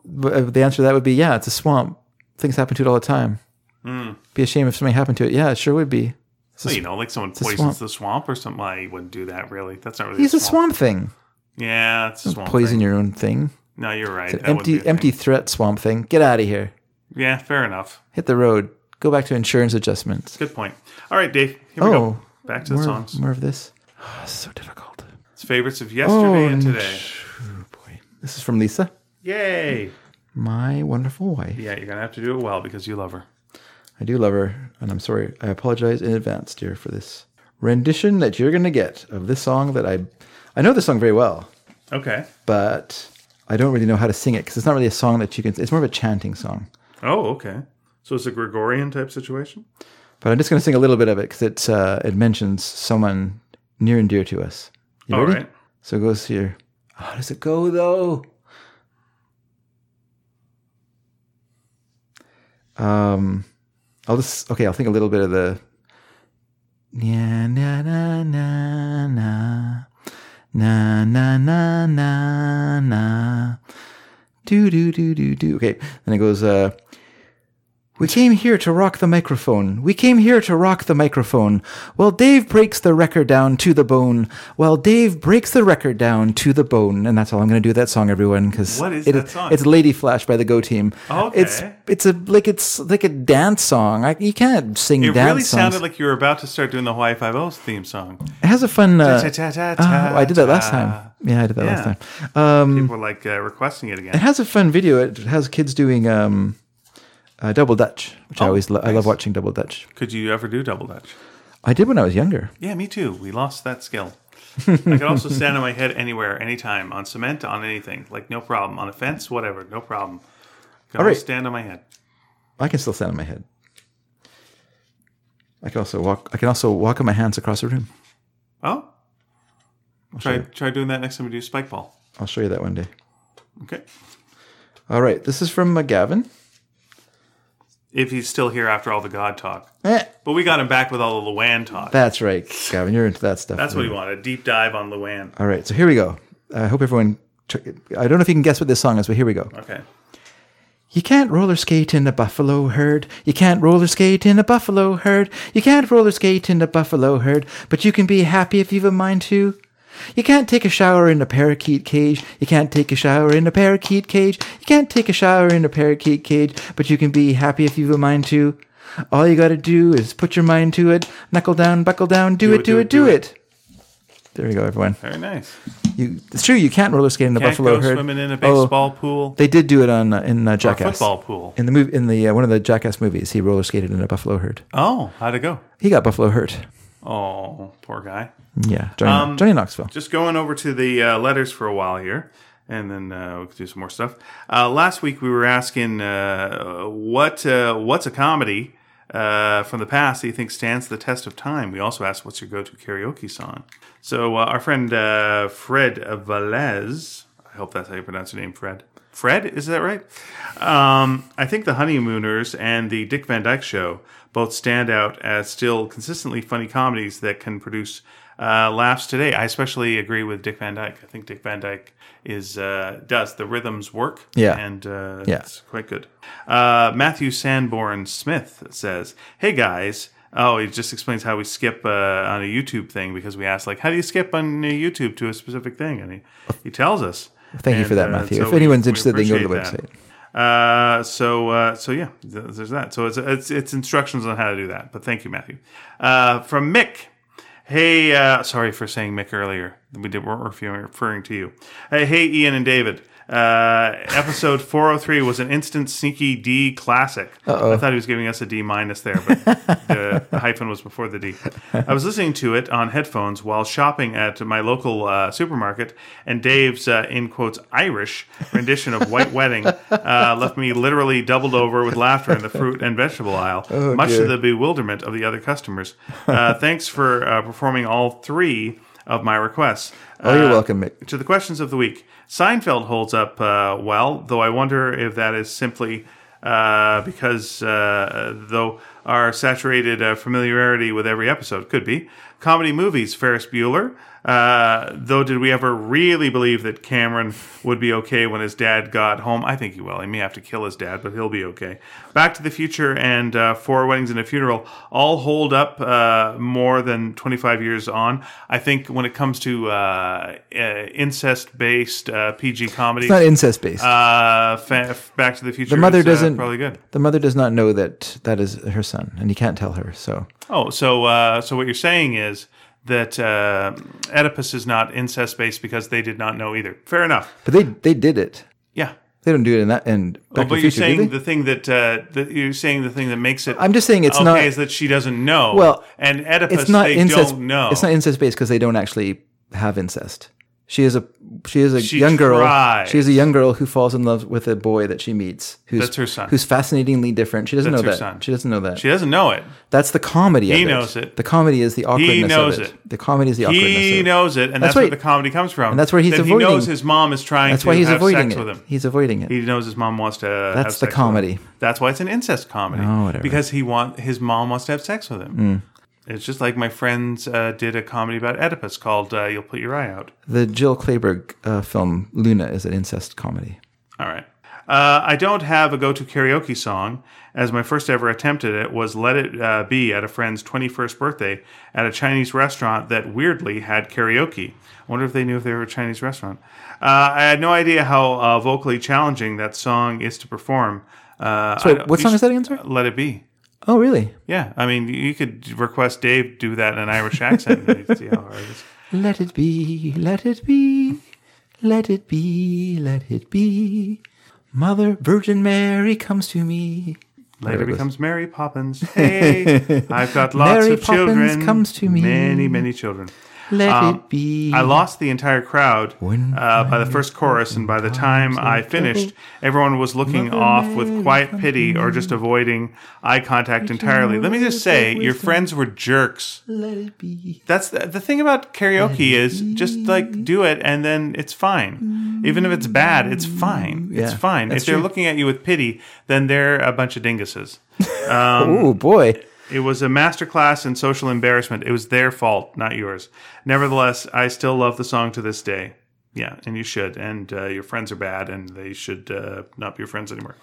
w- uh, the answer to that would be yeah, it's a swamp. Things happen to it all the time. Hmm. Be a shame if something happened to it. Yeah, it sure would be. So, you know, like someone a poisons swamp. the swamp or something. Well, you wouldn't do that, really. That's not really. He's a swamp thing. Yeah, it's a swamp. Poison Poison. your own thing. No, you're right. That would be a empty, thing. empty threat swamp thing. Get out of here. Yeah, fair enough. Hit the road. Go back to insurance adjustments. Good point. All right, Dave. Here we Oh, go. Back to the More, songs. more of this. [SIGHS] Ah, it's so difficult. It's favorites of yesterday and today. Oh, Boy, this is from Lisa, Yay. my wonderful wife. Yeah, you're gonna have to do it well because you love her. I do love her, and I'm sorry. I apologize in advance, dear, for this rendition that you're going to get of this song that I, I know this song very well, Okay. but I don't really know how to sing it because it's not really a song that you can. It's more of a chanting song. Oh, okay. So it's a Gregorian type situation. But I'm just going to sing a little bit of it because it uh, it mentions someone near and dear to us. You All ready? right. So it goes here. How does it go though? Um, I'll just okay. I'll think a little bit of the. Yeah, na na na na na na na na na. Do do do do do. Okay, then it goes. Uh, we came here to rock the microphone. We came here to rock the microphone. Well, Dave breaks the record down to the bone. Well, Dave breaks the record down to the bone. And that's all I'm going to do with that song, everyone, because What is that song? it's Lady Flash by the Go Team. Okay. It's it's a like it's like a dance song. I, you can't sing It dance really songs. sounded like you were about to start doing the Hawaii Five O's theme song. it has a fun. Uh, Ta-ta-ta-ta-ta. oh, I did that last time. Yeah, I did that Yeah. last time. Um, People were like uh, requesting it it again. has a fun video. It has kids doing um, uh, double dutch, Oh, which I always lo- I love watching double dutch. Could you ever do double dutch? I did when I was younger. Yeah, me too. We lost that [LAUGHS] skill. I could also stand on my head anywhere, anytime, on cement, on anything, like no problem, on a fence, whatever, no problem. Can All always right. stand on my head. I can still stand on my head. I can also walk. I can also walk on my hands across the room. Oh, try try doing that next time we do spike ball. I'll show you that one day. Okay, All right, this is from uh, Gavin. if he's still here after all the God talk, Eh, but we got him back with all the Luan talk. that's right, Gavin. You're into that stuff. That's what he wanted. A deep dive on Luan. All right, so here we go. I hope everyone. Check it. I don't know if you can guess what this song is, but here we go. Okay. You can't roller skate in a buffalo herd. You can't roller skate in a buffalo herd. You can't roller skate in a buffalo herd. But you can be happy if you've a mind to. You can't take a shower in a parakeet cage. You can't take a shower in a parakeet cage. You can't take a shower in a parakeet cage. But you can be happy if you've a mind to. All you gotta do is put your mind to it. Knuckle down, buckle down, do, it, do it, do it. There we go, everyone. Very nice. You, it's true. You can't roller skate in a Can't buffalo go herd. swimming in a Oh, baseball pool, they did do it on uh, in uh, or a Jackass. football pool. In the movie, in the uh, one of the Jackass movies, he roller skated in a buffalo herd. Oh, how'd it go? He got buffalo hurt. Oh, poor guy. Yeah, Johnny, Um, Johnny Knoxville. Just going over to the uh, letters for a while here, and then uh, we could do some more stuff. Uh, last week we were asking uh, what uh, what's a comedy uh, from the past that you think stands the test of time. We also asked what's your go to karaoke song. So uh, our friend uh, Fred Velez, I hope that's how you pronounce your name, Fred. Fred, is that right? Um, I think The Honeymooners and The Dick Van Dyke Show both stand out as still consistently funny comedies that can produce uh, laughs today. I especially agree with Dick Van Dyke. I think Dick Van Dyke is uh, does the rhythms work. Yeah. and uh, Yeah. it's quite good. Uh, Matthew Sanborn Smith says, "Hey guys." Oh, he just explains how we skip uh, on a YouTube thing because we asked, like, how do you skip on uh, YouTube to a specific thing? And he, he tells us. Thank you for uh, that, Matthew. If anyone's interested, they can go to the appreciate that. Uh, so, uh, so yeah, th- there's that. So it's, it's it's instructions on how to do that. But thank you, Matthew. Uh, from Mick. Hey, uh, sorry for saying Mick earlier. We did, weren't referring, referring to you. Hey, hey, Ian and David. Uh, episode 403 was an instant sneaky D classic. I thought he was giving us a D minus there, but the, the hyphen was before the D. I was listening to it on headphones while shopping at my local uh, supermarket, and Dave's, uh, in quotes, Irish rendition of White Wedding uh, left me literally doubled over with laughter in the fruit and vegetable aisle, much to dear. the bewilderment of the other customers. Uh, thanks for uh, performing all three of my requests. Oh, you're Uh, welcome, Mick. to the questions of the week. Seinfeld holds up uh, well, though I wonder if that is simply uh, because, uh, though our saturated uh, familiarity with every episode could be. Comedy movies, Ferris Bueller. Uh, though, did we ever really believe that Cameron would be okay when his dad got home? I think he will. He may have to kill his dad, but he'll be okay. Back to the Future and uh, Four Weddings and a Funeral all hold up uh, more than 25 years on. I think when it comes to uh, uh, incest based uh, PG comedy, It's not incest based. uh, fa- Back to the Future the mother is, uh, doesn't. probably good. The mother does not know that that is her son, and he can't tell her. So Oh, so uh, so what you're saying is that uh, Oedipus is not incest based because they did not know either. Fair enough. But they they did it. Yeah. They don't do it in that. And Oh, Back to but the you're Future, do saying they? the thing that, uh, that you're saying the thing that makes it I'm just saying it's okay not. is that she doesn't know. Well, and Oedipus it's not they incest. don't know. It's not incest based because they don't actually have incest. She is a she is a She young girl. tries. She is a young girl who falls in love with a boy that she meets. Who's, That's her son. Who's fascinatingly different. She doesn't That's know her that. son. She doesn't know that. she doesn't know it. That's the comedy. He of it. knows it. The comedy is the awkwardness. knows of it. it. The comedy is the awkwardness. of He it. knows it, and that's, That's where why- the comedy comes from. And that's where he's that He avoiding- knows his mom is trying That's to why he's have avoiding sex it. with him. He's avoiding it. He knows his mom wants to. That's have the sex with him. comedy. That's why it's an incest comedy. Oh, whatever. Mm. Because he want his mom wants to have sex with him. It's just like my friends uh, did a comedy about Oedipus called uh, "You'll Put Your Eye Out." the Jill Clayburgh uh, film Luna is an incest comedy. All right. Uh, I don't have a go-to karaoke song, as my first ever attempt at it was "Let It uh, Be" at a friend's 21st birthday at a Chinese restaurant that weirdly had karaoke. I wonder if they knew if they were a Chinese restaurant. Uh, I had no idea how uh, vocally challenging that song is to perform. Uh, I So wait, don't- what you song should- is that again, sorry? Let It Be. Oh, really? Yeah, I mean, you could request Dave do that in an Irish accent. and you'd see how hard it is. Let it be, let it be, let it be, let it be. Mother Virgin Mary comes to me. Later it goes. becomes Mary Poppins. [LAUGHS] Hey, I've got lots Mary of children. Poppins comes to me. Many, many children. Let Um, it be. I lost the entire crowd When uh, by the first chorus, and by the time I finished, everyone was looking off with quiet pity or just avoiding eye contact entirely. Let me just say, your friends were jerks. let it be. That's the, the thing about karaoke is just like do it and then it's fine. Even if it's bad, it's fine. It's Mm. Yeah, fine. If that's they're true. looking at you with pity, then they're a bunch of dinguses. Um, oh boy. It was a masterclass in social embarrassment. It was their fault, not yours. Nevertheless, I still love the song to this day. Yeah, and you should. And uh, your friends are bad, and they should uh, not be your friends anymore.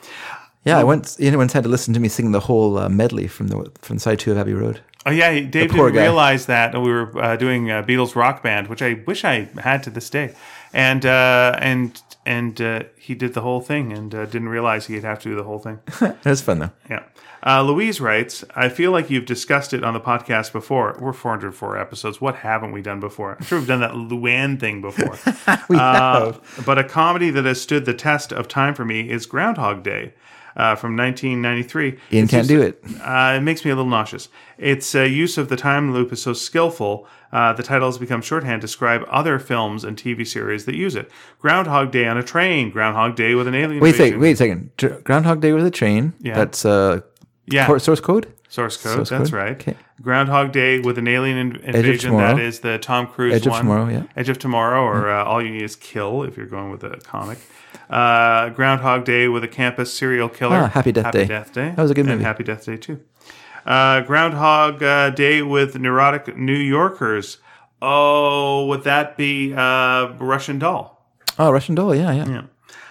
Yeah, I once you know once had to listen to me sing the whole uh, medley from the from side two of Abbey Road. Oh yeah, Dave poor didn't guy. realize that we were uh, doing uh, Beatles Rock Band, which I wish I had to this day. And uh, and and uh, he did the whole thing, and uh, didn't realize he'd have to do the whole thing. It was fun though. Yeah. Uh, Louise writes, I feel like you've discussed it on the podcast before. We're 404 episodes. What haven't we done before? I'm sure we've done that Luann thing before. [LAUGHS] We Uh, but a comedy that has stood the test of time for me is Groundhog Day. uh, from 1993. Ian It's can't used- do it. Uh, it makes me a little nauseous. Its uh, use of the time loop is so skillful. Uh, the title has become shorthand to describe other films and TV series that use it. Groundhog Day on a train. Groundhog Day with an alien. Wait a invasion. second. Wait a second. Dr- Groundhog Day with a train. Yeah. That's uh, Yeah. cor- source code. Source code. Source that's code? right. Okay. Groundhog Day with an alien in- invasion. Tomorrow. That is the Tom Cruise Edge of one. Tomorrow, yeah. Edge of Tomorrow, or uh, All You Need Is Kill, if you're going with a comic. Uh, Groundhog Day with a campus serial killer. Ah, Happy Death Day. Death Day. That was a good and movie. Happy Death Day too. Uh, Groundhog uh, Day with neurotic New Yorkers. Oh, would that be uh, Russian Doll? Oh, Russian doll. Yeah, yeah. Yeah.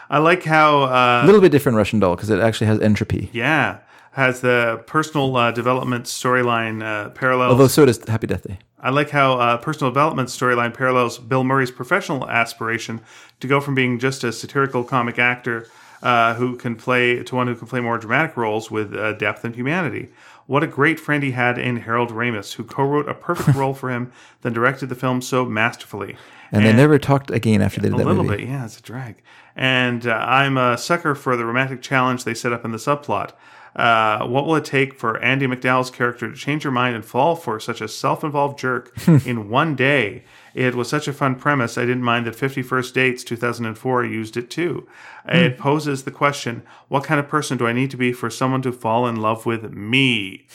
I like how uh, A little bit different Russian doll because it actually has entropy. yeah has the personal uh, development storyline uh, parallels. Although so does Happy Death Day. I like how uh, personal development storyline parallels Bill Murray's professional aspiration to go from being just a satirical comic actor uh, who can play to one who can play more dramatic roles with uh, depth and humanity. What a great friend he had in Harold Ramis, who co-wrote a perfect role for him, then directed the film so masterfully. And, they never talked again after they did A that little movie. bit, yeah, it's a drag. And uh, I'm a sucker for the romantic challenge they set up in the subplot. Uh, what will it take for Andy McDowell's character to change her mind and fall for such a self involved [LAUGHS] jerk in one day? It was such a fun premise. I didn't mind that 51st Dates 2004 used it too. Hmm. It poses the question what kind of person do I need to be for someone to fall in love with me?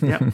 yeah.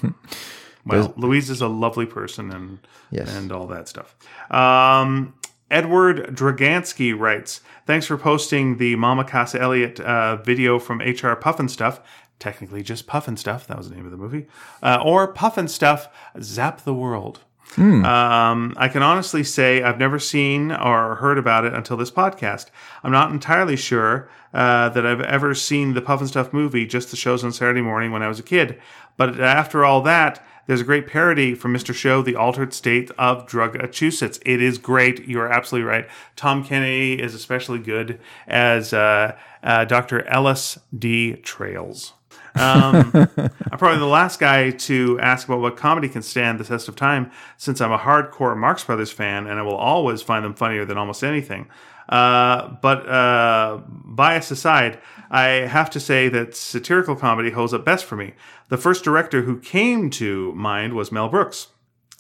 Well, Louise is a lovely person and Yes. and all that stuff. Um, Edward Dragansky writes, "Thanks for posting the Mama Casa Elliott uh, video from HR Puffin Stuff. Technically, just Puffin Stuff. That was the name of the movie, uh, or Puffin Stuff. Zap the world." Um, I can honestly say I've never seen or heard about it until this podcast. I'm not entirely sure uh, that I've ever seen the Puff and Stuff movie, just the shows on Saturday morning when I was a kid. But after all that, there's a great parody from Mr. Show, The Altered State of Drugachusetts. It is great. You're absolutely right. Tom Kennedy is especially good as uh, uh, Dr. Ellis D. Trails. I'm probably the last guy to ask about what comedy can stand the test of time, since I'm a hardcore Marx Brothers fan, and I will always find them funnier than almost anything. Uh, but uh, bias aside, I have to say that satirical comedy holds up best for me. The first director who came to mind was Mel Brooks.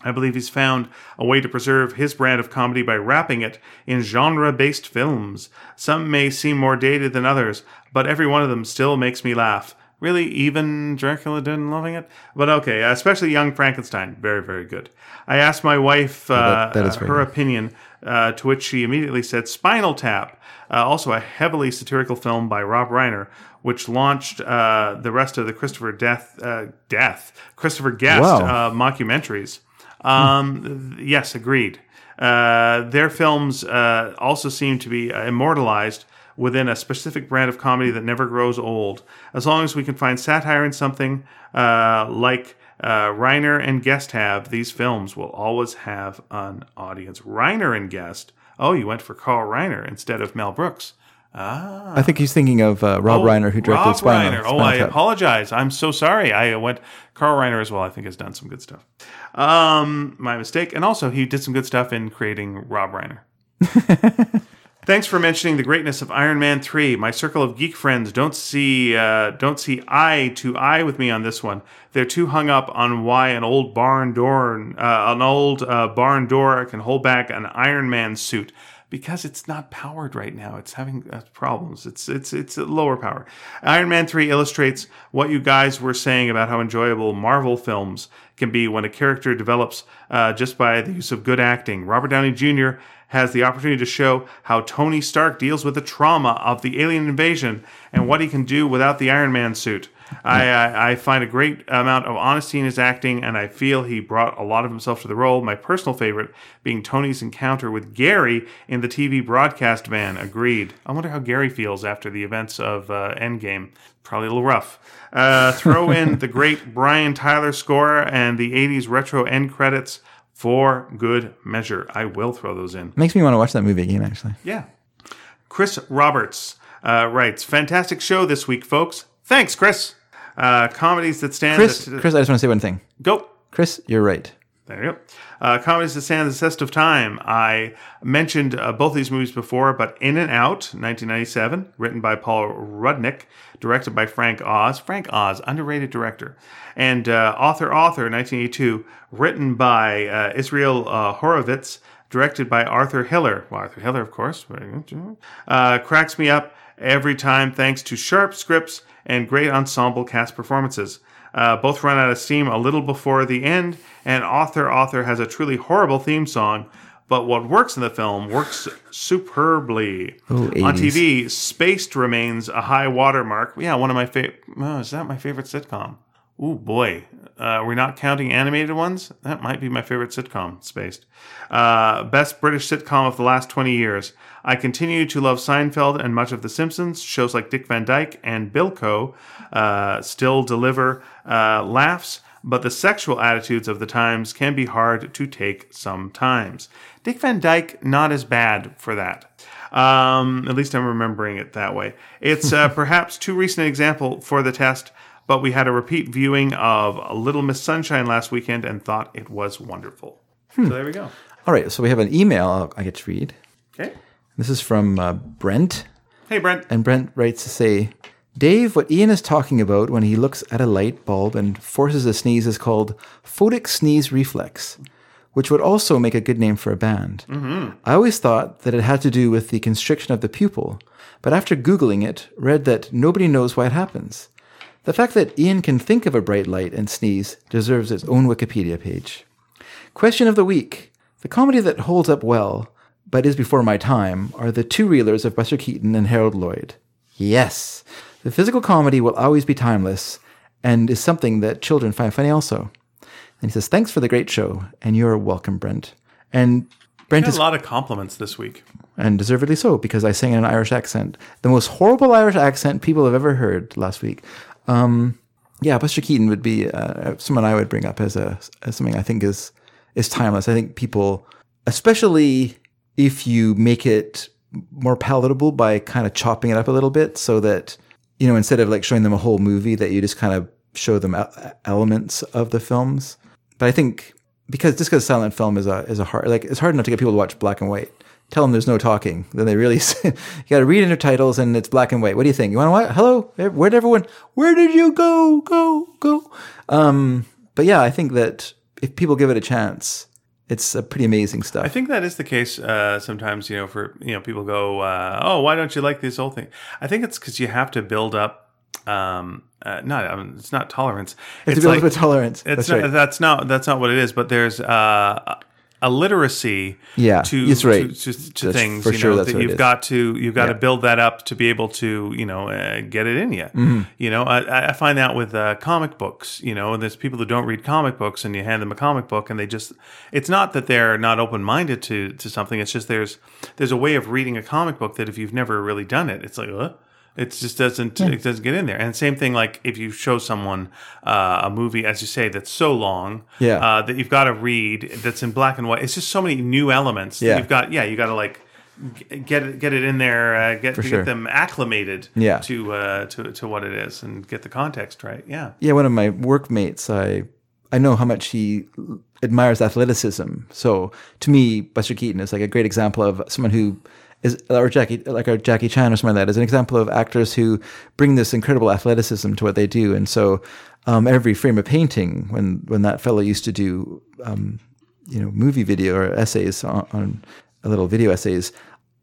I believe he's found a way to preserve his brand of comedy by wrapping it in genre based films. Some may seem more dated than others, but every one of them still makes me laugh. Really, even Dracula didn't loving it? But okay, especially Young Frankenstein. Very, very good. I asked my wife uh, that- that is very her opinion, uh, to which she immediately said Spinal Tap, uh, also a heavily satirical film by Rob Reiner, which launched uh, the rest of the Christopher Death, uh, Death, Christopher Guest Wow. uh, uh, mockumentaries. Um, th- Yes, agreed. Uh, their films uh, also seem to be uh, immortalized within a specific brand of comedy that never grows old. As long as we can find satire in something uh, like uh, Reiner and Guest have, these films will always have an audience. Reiner and Guest. Oh, you went for Carl Reiner instead of Mel Brooks. Ah. I think he's thinking of uh, Rob Reiner, who directed Oh, Rob Spinal, Reiner. Spinal oh, I Tap. apologize. I'm so sorry. I uh, went Carl Reiner as well. I think has done some good stuff. Um, my mistake. And also, he did some good stuff in creating Rob Reiner. Thanks for mentioning the greatness of Iron Man three. My circle of geek friends don't see uh, don't see eye to eye with me on this one. They're too hung up on why an old barn door uh, an old uh, barn door can hold back an Iron Man suit because it's not powered right now. It's having uh, problems. It's it's it's at lower power. Iron Man three illustrates what you guys were saying about how enjoyable Marvel films can be when a character develops uh, just by the use of good acting. Robert Downey Jr has the opportunity to show how Tony Stark deals with the trauma of the alien invasion and what he can do without the Iron Man suit. I, I, I find a great amount of honesty in his acting, and I feel he brought a lot of himself to the role. My personal favorite being Tony's encounter with Gary in the TV broadcast van. Agreed. I wonder how Gary feels after the events of uh, Endgame. Probably a little rough. Uh, throw in the great [LAUGHS] Brian Tyler score and the 80s retro end credits for good measure. I will throw those in. Makes me want to watch that movie again, actually. Yeah. Chris Roberts uh, writes, "Fantastic show this week, folks. Thanks, Chris. Uh, comedies that stand. Chris, that- Chris, I just want to say one thing. go. Chris, you're right. There you go. Uh, Comedy Stands the Test of Time. I mentioned uh, both these movies before, but In and Out, 1997, written by Paul Rudnick, directed by Frank Oz. Frank Oz, underrated director. And uh, Author Author, 1982, written by uh, Israel uh, Horovitz, directed by Arthur Hiller. Well, Arthur Hiller, of course. Uh, cracks me up every time thanks to sharp scripts and great ensemble cast performances. Uh, both run out of steam a little before the end, and Author Author has a truly horrible theme song, but what works in the film works superbly. Ooh, On 80s. TV, Spaced remains a high watermark. Yeah, one of my favorite. Oh, is that my favorite sitcom? Ooh, boy. Uh, we're not counting animated ones. That might be my favorite sitcom, Spaced. Uh, best British sitcom of the last 20 years. I continue to love Seinfeld and much of The Simpsons. Shows like Dick Van Dyke and Bilko uh, still deliver uh, laughs, but the sexual attitudes of the times can be hard to take sometimes. Dick Van Dyke, not as bad for that. Um, at least I'm remembering it that way. It's [LAUGHS] uh, perhaps too recent an example for the test, but we had a repeat viewing of Little Miss Sunshine last weekend and thought it was wonderful. Hmm. So there we go. All right, so we have an email I get to read. Okay. This is from uh, Brent, Hey, Brent. and Brent writes to say, Dave, what Ian is talking about when he looks at a light bulb and forces a sneeze is called photic sneeze reflex, which would also make a good name for a Mm. band. I always thought that it had to do with the constriction of the pupil, but after Googling it, read that nobody knows why it happens. The fact that Ian can think of a bright light and sneeze deserves its own Wikipedia page. Question of the week. The comedy that holds up well, but is before my time, are the two reelers of Buster Keaton and Harold Lloyd. Yes. The physical comedy will always be timeless and is something that children find funny also. And he says, Thanks for the great show, and you're welcome, Brent. And Brent Got is a lot of compliments this week. and deservedly so because I sang in an Irish accent, the most horrible Irish accent people have ever heard last week. Um, yeah, Buster Keaton would be uh, someone I would bring up as a as something I think is is timeless. I think people, especially if you make it more palatable by kind of chopping it up a little bit, so that you know instead of like showing them a whole movie, that you just kind of show them el- elements of the films. But I think because just because silent film is a is a hard like it's hard enough to get people to watch black and white. Tell them there's no talking, then they really [LAUGHS] you got to read intertitles and it's black and white. What do you think? You want to what? Hello, Eh, where'd everyone? Where did you go? Go go. Um, but yeah, I think that if people give it a chance, it's a pretty amazing stuff. I think that is the case uh, sometimes. You know, for you know, people go, uh, "Oh, why don't you like this whole thing?" I think it's because you have to build up. Um, uh, not I mean, it's not tolerance. it's a bit of a tolerance. It's That's not, right. that's not that's not what it is. But there's uh, a literacy. Yeah, to that's right. to, to, to That's things. for you sure know, that's that what it you've is. got to you've got to build that up to be able to you know uh, get it in you. Mm-hmm. You know, I, I find that with uh, comic books. You know, and there's people who don't read comic books, and you hand them a comic book, and they just it's not that they're not open minded to to something. It's just there's there's a way of reading a comic book that if you've never really done it, it's like. Uh, it just doesn't it doesn't get in there. And same thing like if you show someone uh, a movie, as you say, that's so long, Yeah. uh, that you've got to read, that's in black and white. It's just so many new elements. that Yeah. you've got yeah, you got to like g- get it get it in there, uh, get get sure. them acclimated Yeah. to uh, to to what it is, and get the context right. Yeah, yeah, one of my workmates, I I know how much he admires athleticism. So to me, Buster Keaton is like a great example of someone who is or Jackie like a Jackie Chan or someone like that is an example of actors who bring this incredible athleticism to what they do. And so um, every frame of painting, when when that fellow used to do um, you know movie video or essays on, on a little video essays,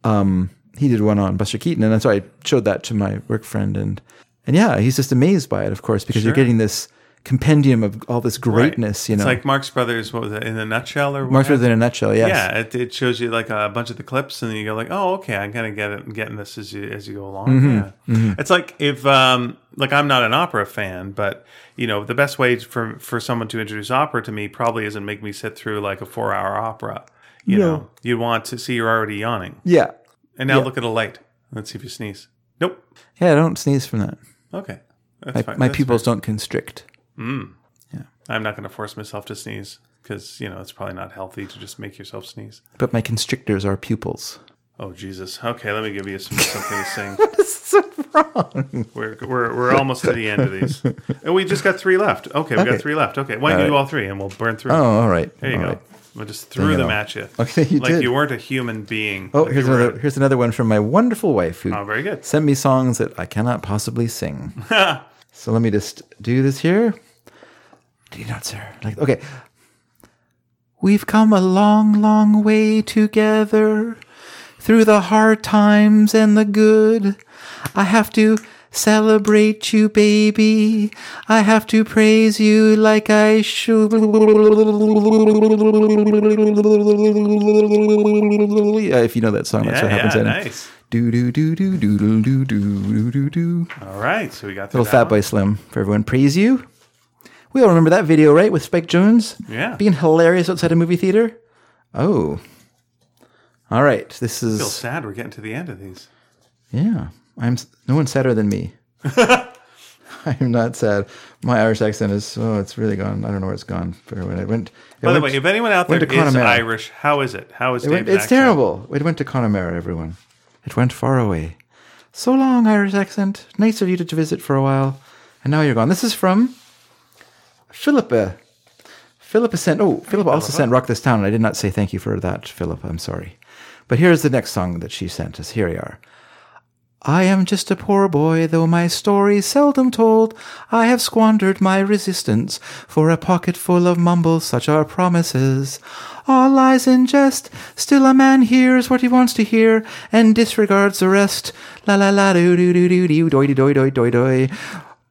um, he did one on Buster Keaton, and so I showed that to my work friend, and and yeah, he's just amazed by it, of course, because you're getting this compendium of all this greatness, you know. it's like Marx Brothers. What was it in a nutshell or Marx what? Brothers in a nutshell, yes. Yeah, it, it shows you like a bunch of the clips, and then you go like, "Oh, okay, I'm kind of get it, getting this as you as you go along." Mm-hmm. Yeah. It's like if um, like I'm not an opera fan, but you know the best way for for someone to introduce opera to me probably isn't make me sit through like a four hour opera. You No. know, you want to see you're already yawning, Yeah. and now look at a light. Let's see if you sneeze. Nope. Yeah, I don't sneeze from that. Okay. That's My, fine. my That's pupils don't constrict. fine. I'm not going to force myself to sneeze because you know it's probably not healthy to just make yourself sneeze. But my constrictors are pupils. Oh Jesus. Okay, let me give you some, something to [LAUGHS] sing. What's so wrong? We're, we're, we're almost at the end of these. And we just got three left. Okay, we Okay. got three left. Okay, why don't you do all three and we'll burn through. Oh, them. all right. there you all go. right. I just threw it them all. at you. Okay, you like did. you weren't a human being. Oh, but here's you were- another, here's another one from my wonderful wife who Oh, very good. sent me songs that I cannot possibly sing. [LAUGHS] so let me just do this here. Do you not, sir? Like, okay. We've come a long, long way together through the hard times and the good. I have to celebrate you, baby. I have to praise you like I should. Yeah, if you know that song, that's Yeah, what happens yeah, in it. nice. Do do do do do do do do do do. All right, so we got through Little Fat that Boy Slim for everyone. Praise you. We all remember that video, right? With Spike Jones. Yeah. Being hilarious outside a movie theater. Oh. All right. This is feel sad. We're getting to the end of these. yeah. I'm s- no one's sadder than [LAUGHS] me. I'm not sad. My Irish accent is oh, it's really gone. I don't know where it's gone. For when it went. it By the went- way, if anyone out there went is to Connemara. Irish, how is it? How is It went, David's it's accent? terrible. It went to Connemara, everyone. It went far away. So long, Irish accent. Nice of you to visit for a while. And now you're gone. This is from Philippa. Philippa sent, oh, Philippa also sent Rock This Town, and I did not say thank you for that, Philippa. I'm sorry. But here's the next song that she sent us. Here we are. I am just a poor boy, though my story's seldom told. I have squandered my resistance for a pocket full of mumbles, such are promises. All lies in jest, still a man hears what he wants to hear and disregards the rest. La la la do do do do do doy doy doy doy doy.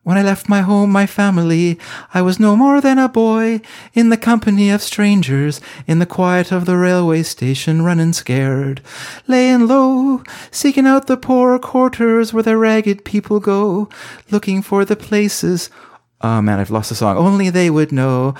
When I left my home, my family, I was no more than a boy in the company of strangers, in the quiet of the railway station, running scared, laying low, seeking out the poorer quarters where the ragged people go, looking for the places. Oh man, I've lost the song. Only they would know.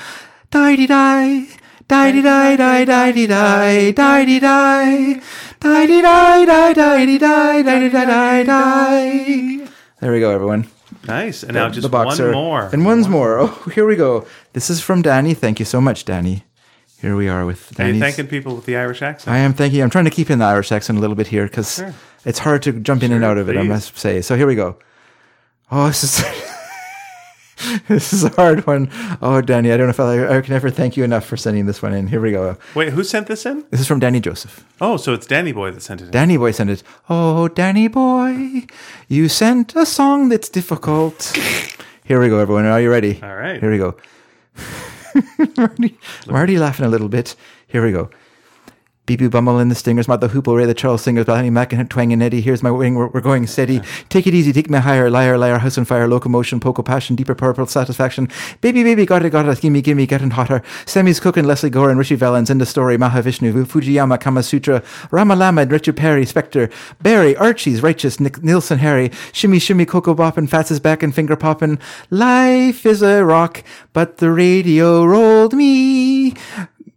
Die dee die, die dee die, die die dee die, die dee die, die dee die, die die dee die, die dee die, die die. There we go, everyone Nice. And now the- just the boxer. one more. And one's more. Oh, here we go. This is from Danny. Thank you so much, Danny. Here we are with Are you Danny. thanking people with the Irish accent? I am thanking you. I'm trying to keep in the Irish accent a little bit here because it's hard to jump in and out of it, I please. must say. So here we go. Oh, this is. [LAUGHS] This is a hard one. Oh, Danny, I don't know if I, I can ever thank you enough for sending this one in. Here we go. Wait, who sent this in? This is from Danny Joseph. Oh, so it's Danny Boy that sent it in. Danny Boy sent it. Oh, Danny Boy, you sent a song that's [LAUGHS] difficult. Here we go, everyone. Are you ready? All right. Here we go. [LAUGHS] I'm already- I'm already laughing a little bit. Here we go. BB Bumble and the Stingers, Martha Hoople, Ray the Charles Singers, Bethany Mack and Twang and Eddie. Here's my wing, we're, we're going steady. Take it easy, take me higher, liar, liar, house on fire, locomotion, poco passion, deeper purple satisfaction. Baby, baby, got it, got it, gimme, gimme, getting hotter. Sammy's cooking, Leslie Gore and Rishi Valens, end of story, Mahavishnu, Fujiyama, Kama Sutra, Rama Lama, and Richard Perry, Spectre, Barry, Archie's Righteous, Nick, Nilsson, Harry, Shimmy, Shimmy, Coco Boppin, Fats is back and finger poppin'. Life is a rock, but the radio rolled me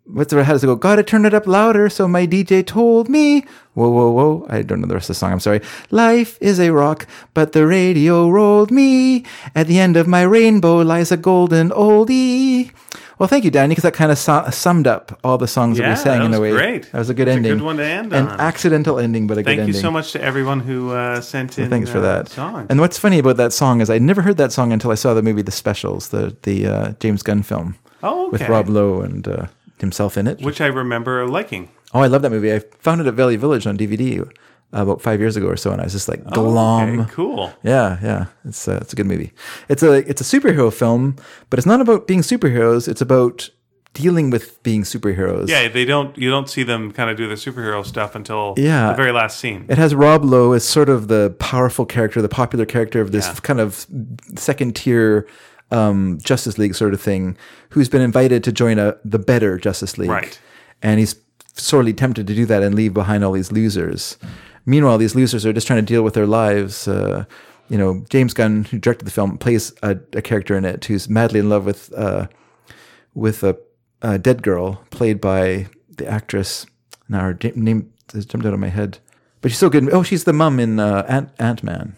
what's the how does it go? Gotta turn it up louder, so my DJ told me. Whoa, whoa, whoa. I don't know the rest of the song, I'm sorry. Life is a rock, but the radio rolled me. At the end of my rainbow lies a golden oldie. Well, thank you, Danny, because that kind of su- summed up all the songs that Yeah, we sang that in a was way. great. That was a good That's a ending. good one to end An on. accidental ending, but a Thank good you ending. so much to everyone who uh, sent in. Thanks for uh, that. Song. And what's funny about that song is I never heard that song until I saw the movie The Specials, the the uh, James Gunn film oh, okay. with Rob Lowe and uh, himself in it. which I remember liking. Oh, I love that movie. I found it at Valley Village on DVD about five years ago or so, and I was just like glom. Oh, Okay, cool. Yeah, yeah, it's a, it's a good movie. It's a it's a superhero film, but it's not about being superheroes. It's about dealing with being superheroes. Yeah, they don't. You don't see them kind of do the superhero stuff until Yeah. the very last scene. It has Rob Lowe as sort of the powerful character, the popular character of this kind of second tier um, Justice League sort of thing, who's been invited to join a the better Justice League, Right. And he's sorely tempted to do that and leave behind all these losers. Meanwhile, these losers are just trying to deal with their lives. Uh, you know, James Gunn, who directed the film, plays a, a character in it who's madly in love with uh, with a, a dead girl played by the actress. Now her da- name has jumped out of my head, but she's so good. Oh, she's the mum in uh, Ant Ant Man.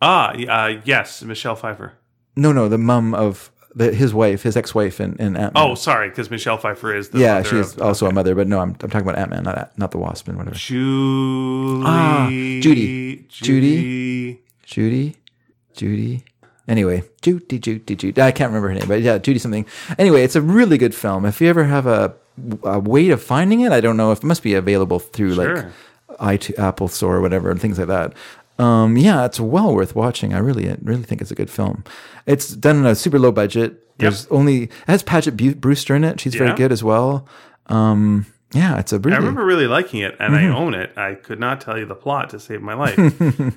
Ah, y- uh, yes, Michelle Pfeiffer. No, no, the mum of the, his wife, his ex-wife, and in, in Ant-Man. Oh, sorry, because Michelle Pfeiffer is the yeah, mother she's of- also a mother, but no, I'm, I'm talking about Ant Man, not Ant- not the Wasp and whatever. Julie. Ah, Judy. Judy. Judy, Judy. Anyway, Judy, Judy, Judy. I can't remember her name, but yeah, Judy something. Anyway, it's a really good film. If you ever have a, a way of finding it, I don't know if it must be available through like Sure. i to Apple Store or whatever and things like that. Um, yeah, it's well worth watching. I really, I really think it's a good film. It's done on a super low budget. There's only it has Paget Bu- Brewster in it. She's Yeah. very good as well. Um, yeah, it's a really I remember really liking it, and Mm-hmm. I own it. I could not tell you the plot to save my life.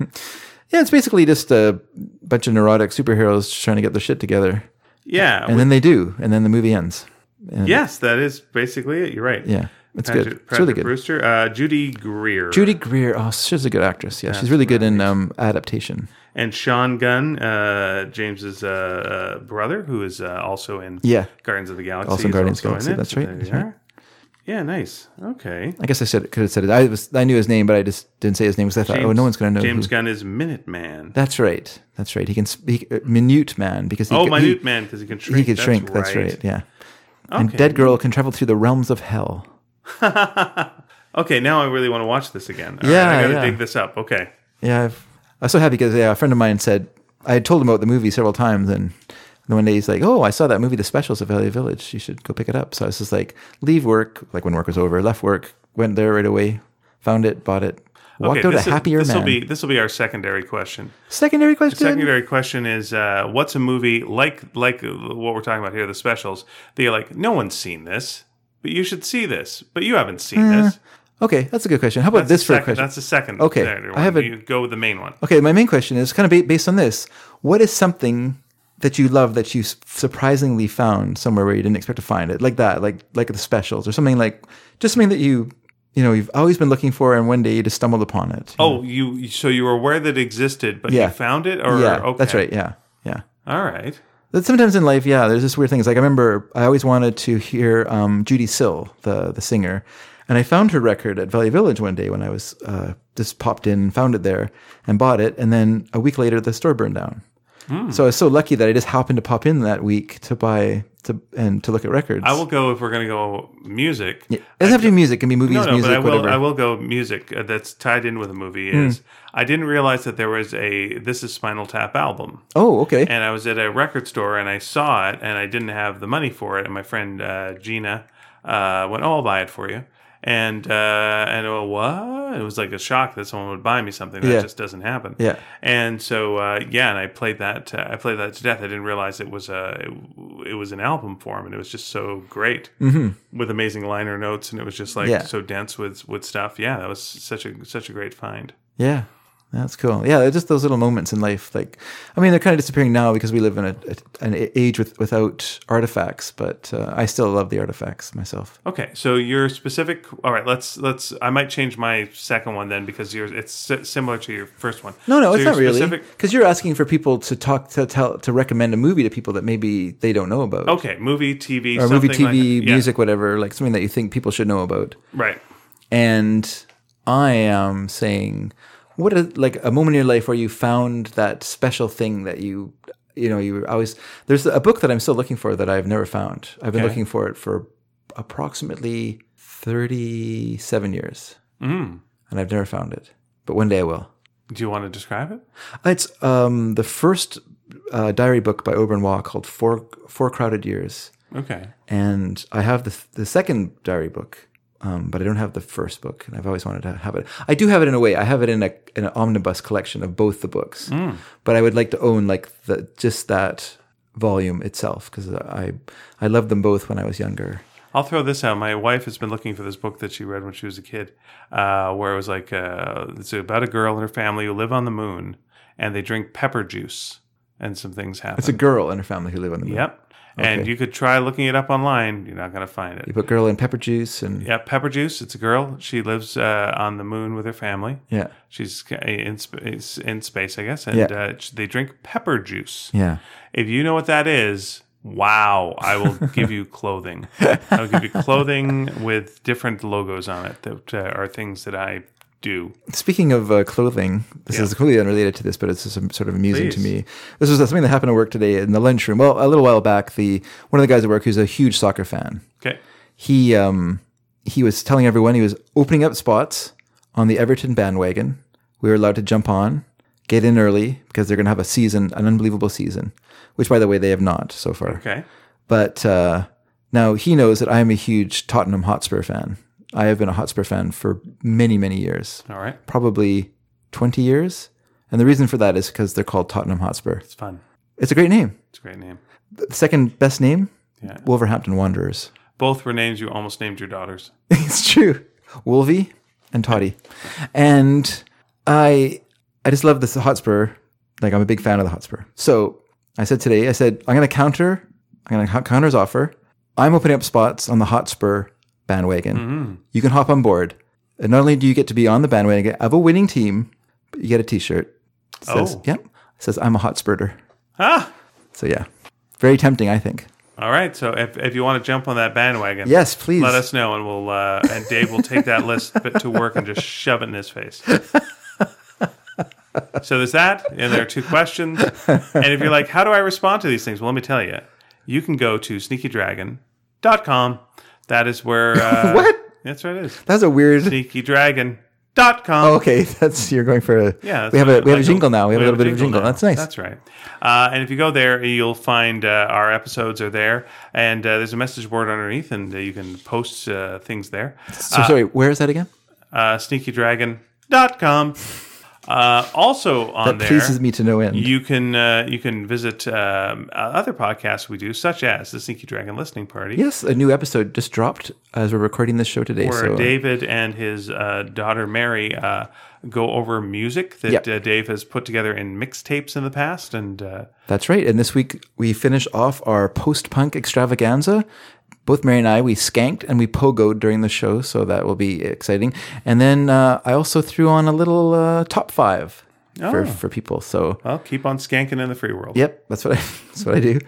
[LAUGHS] yeah. It's basically just a bunch of neurotic superheroes just trying to get their shit together. Yeah. and then they do, and then the movie ends. And- yes, that is basically it. You're right. yeah, it's Patrick, good. it's really Patrick good. Brewster, uh, Judy Greer, Judy Greer, oh, she's a good actress. Yeah, she's really good in um, adaptation. and Sean Gunn, uh, James's uh, uh, brother, who is uh, also in Yeah. Guardians of the Galaxy. Also in is Guardians in of the Galaxy, it. that's So right, there that's you are. Yeah, nice. Okay. I guess I said could have said it. I was I knew his name, but I just didn't say his name because I thought, oh, no one's going to know. James who. Gunn is Minuteman. That's right. That's right. He can speak uh, minute man because he oh, could, Minute Man, because he can He, shrink. he could shrink. That's right. Yeah. And dead girl can travel through the realms of hell. Okay, now I really want to watch this again. All Yeah, I gotta yeah. dig this up. Okay. Yeah, I've, I was so happy because yeah, a friend of mine said I had told him about the movie several times, and then one day he's like, "Oh, I saw that movie, The Specials at Valley Village. You should go pick it up." So I was just like, leave work, like when work was over, left work, went there right away, found it, bought it, walked okay, out a this is- happier this man. will be this will be our secondary question. secondary question. Secondary question is uh, what's a movie like like what we're talking about here, the specials, that you're like, no one's seen this, but you should see this, but you haven't seen Mm. this. Okay, that's a good question. How about this for second, a question? That's the second. Okay, secondary I one. have a- Hmm. you go with the main one. Okay, my main question is kind of ba- based on this. What is something that you love that you s- surprisingly found somewhere where you didn't expect to find it, like that, like like the specials or something like just something that you you know you've always been looking for, and one day you just stumbled upon it. Oh, you so you were aware that it existed, but Yeah. you found it, or yeah, okay. that's right. Yeah, yeah. All right. But sometimes in life, yeah, there's this weird thing. It's like I remember I always wanted to hear um, Judy Sill, the the singer, and I found her record at Valley Village one day when I was uh, just popped in, found it there, and bought it. And then a week later, the store burned down. Hmm. So I was so lucky that I just happened to pop in that week to buy to and to look at records. I will go if we're going to go music. It doesn't have to be music; it can be movies, No, no, music, but I will. whatever. Hmm. I will go music uh, that's tied in with a movie. Is I didn't realize that there was a This Is Spinal Tap album. oh, okay. and I was at a record store and I saw it and I didn't have the money for it. And my friend uh, Gina uh, went, "Oh, I'll buy it for you." And uh, and oh, what? It was like a shock that someone would buy me something that Yeah. just doesn't happen. Yeah. And so uh, yeah, and I played that. Uh, I played that to death. I didn't realize it was a it, was an album form, and it was just so great with amazing liner notes, and it was just like Mm-hmm. Yeah. so dense with with stuff. Yeah, that was such a such a great find. Yeah, that's cool. Yeah, they're just those little moments in life. Like, I mean, they're kind of disappearing now because we live in a, a- an age with, without artifacts. But uh, I still love the artifacts myself. Okay, so your specific. All right, let's let's. I might change my second one then because yours it's si- similar to your first one. No, no, So it's your not really specific- because you're asking for people to talk to tell to recommend a movie to people that maybe they don't know about. Okay, movie, TV, Oh, Or movie, something like- TV, yeah, music, whatever, like something that you think people should know about. right. And I am saying, what a like a moment in your life where you found that special thing that you, you know, you were always there's a book that I'm still looking for that I've never found. I've been looking for it for approximately 37 years, Mm. and I've never found it. But one day I will. Do you want to describe it? It's um, the first uh, diary book by Oberon Waugh called Four Four Crowded Years Okay. and I have the the second diary book, um, but I don't have the first book, and I've always wanted to have it. I do have it in a way. I have it in a in an omnibus collection of both the books, Hmm. but I would like to own like the just that volume itself because I I loved them both when I was younger. I'll throw this out. My wife has been looking for this book that she read when she was a kid, uh, where it was like uh, it's about a girl and her family who live on the moon and they drink pepper juice and some things happen. It's a girl and her family who live on the moon. yep. And Okay. you could try looking it up online. You're not going to find it. You put girl in pepper juice and yeah, Yeah, Pepper Juice. It's a girl. She lives uh, on the moon with her family. yeah, She's uh, in space, in space, I guess, and Yeah. uh, they drink pepper juice. If you know what that is, wow! I will give you clothing. I'll give you clothing with different logos on it that uh, are things that I do. Speaking of uh, clothing, this Yeah. is completely unrelated to this, but it's just um, sort of amusing to Please. me. This was something that happened at work today in the lunch room. Well, a little while back, the one of the guys at work who's a huge soccer fan, Okay. he um, he was telling everyone he was opening up spots on the Everton bandwagon. We were allowed to jump on, get in early because they're going to have a season, an unbelievable season, which by the way they have not so far. Okay. But uh, now he knows that I am a huge Tottenham Hotspur fan. I have been a Hotspur fan for many, many years All right. probably 20 years. And the reason for that is because they're called Tottenham Hotspur. It's fun. It's a great name. It's a great name. The second best name? Yeah. Wolverhampton Wanderers. Both were names you almost named your daughters. [LAUGHS] it's true. Wolvie and Toddy. And I I just love this Hotspur. Like I'm a big fan of the Hotspur. So I said today, I said, I'm gonna counter, I'm gonna counter his offer. I'm opening up spots on the Hotspur bandwagon. Mm-hmm. You can hop on board. And not only do you get to be on the bandwagon of a winning team, but you get a t-shirt. It says, Oh. Yep. It says I'm a Hotspurter. Ah. So yeah. Very tempting, I think. All right. So if, if you want to jump on that bandwagon, Yes, please. let us know, and we'll uh, and Dave will take that list [LAUGHS] bit to work and just shove it in his [LAUGHS] face. So there's that, and there are two questions. And if you're like, how do I respond to these things? Well, let me tell you. You can go to sneakydragon.com. That is where. Uh, [LAUGHS] What? That's what it is. That's a weird Sneakydragon.com. Okay, [LAUGHS] that's you're going for a Yeah, that's We have a what- we have a like jingle now. We have a we little bit of a jingle. now. That's nice. That's right. Uh, and if you go there, you'll find uh, our episodes are there, and uh, there's a message board underneath, and uh, you can post uh, things there. so sorry, where is that again? Uh, sneakydragon.com. Uh, also on That there, pleases me to no end. you can uh, you can visit um, uh, other podcasts we do, such as the Sneaky Dragon Listening Party, yes, a new episode just dropped as we're recording this show today. where so uh, David and his uh, daughter Mary uh, go over music that Yep. uh, Dave has put together in mixtapes in the past, and. Uh, that's right. And this week we finish off our post-punk extravaganza. Both Mary and I we skanked and we pogoed during the show, so that will be exciting. And then uh, I also threw on a little uh, top five for Oh. for people. So Well, keep on skanking in the free world. yep, that's what I [LAUGHS] that's what I do.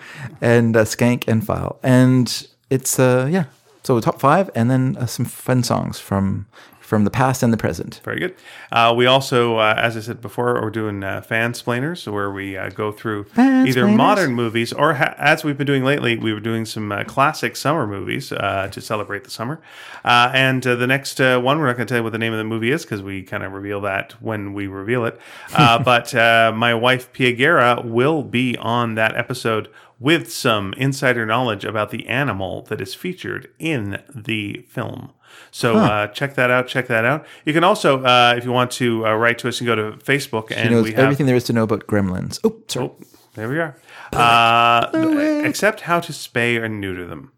And uh, skank and file and it's uh yeah. So top five and then uh, some fun songs from from the past and the present. Very good. Uh, we also, uh, as I said before, are doing uh, fan splainers, where we uh, go through either Fansplainers. modern movies or, ha- as we've been doing lately, we were doing some uh, classic summer movies uh, to celebrate the summer. Uh, and uh, the next uh, one, we're not going to tell you what the name of the movie is because we kind of reveal that when we reveal it. Uh, [LAUGHS] but uh, my wife Pia Guerra will be on that episode with some insider knowledge about the animal that is featured in the film. So uh, check that out. Check that out. You can also, uh, if you want to, uh, write to us and go to Facebook, He and knows we have everything there is to know about gremlins. Oh, sorry. Oh, there we are. Uh, except how to spay or neuter them.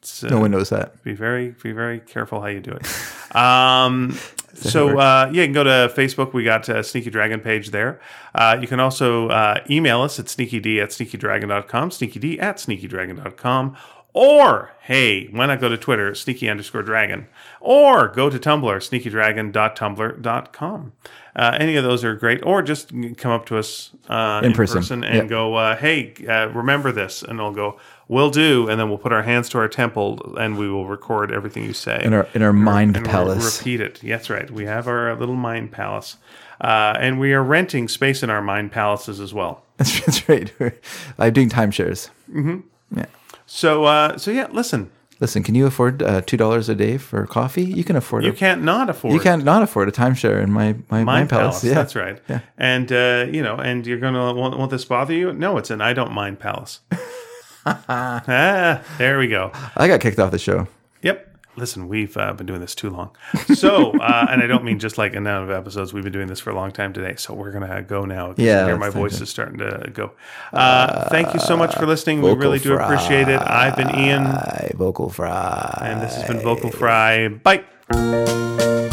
It's, uh, No one knows that. be very be very careful how you do it [LAUGHS] um so uh, yeah you can go to facebook we got uh, sneaky dragon page there uh, you can also uh, email us at sneakyd at sneakydragon.com sneakyd at sneakydragon.com or hey why not go to twitter sneaky underscore dragon or go to tumblr sneakydragon.tumblr.com uh, any of those are great or just come up to us uh, in, person. and Yep. go uh, hey uh, remember this and i'll go we'll do and then we'll put our hands to our temple and we will record everything you say In our in our mind and we'll palace. repeat it that's right we have our uh, little mind palace uh, and we are renting space in our mind palaces as well [LAUGHS] That's, that's right. We're- I'm doing timeshares. so uh, so yeah listen Listen, can you afford uh, two dollars a day for coffee? You can afford you it. can't not afford You can't not afford a timeshare in my my, my Mind palace. palace, Yeah, that's right. And uh, you know, and you're gonna won't, won't this bother you? No, it's an I don't mind [LAUGHS] palace. ah, there we go. I got kicked off the show. Yep. Listen, we've uh, been doing this too long. So, uh, and I don't mean just like a number of episodes. We've been doing this for a long time today. So we're going to go now. 'cause Yeah, I hear my let's voice is starting to go. Uh, thank you so much for listening. We vocal really do appreciate it. I've been Ian, I vocal fry. and this has been Vocal Fry. Bye.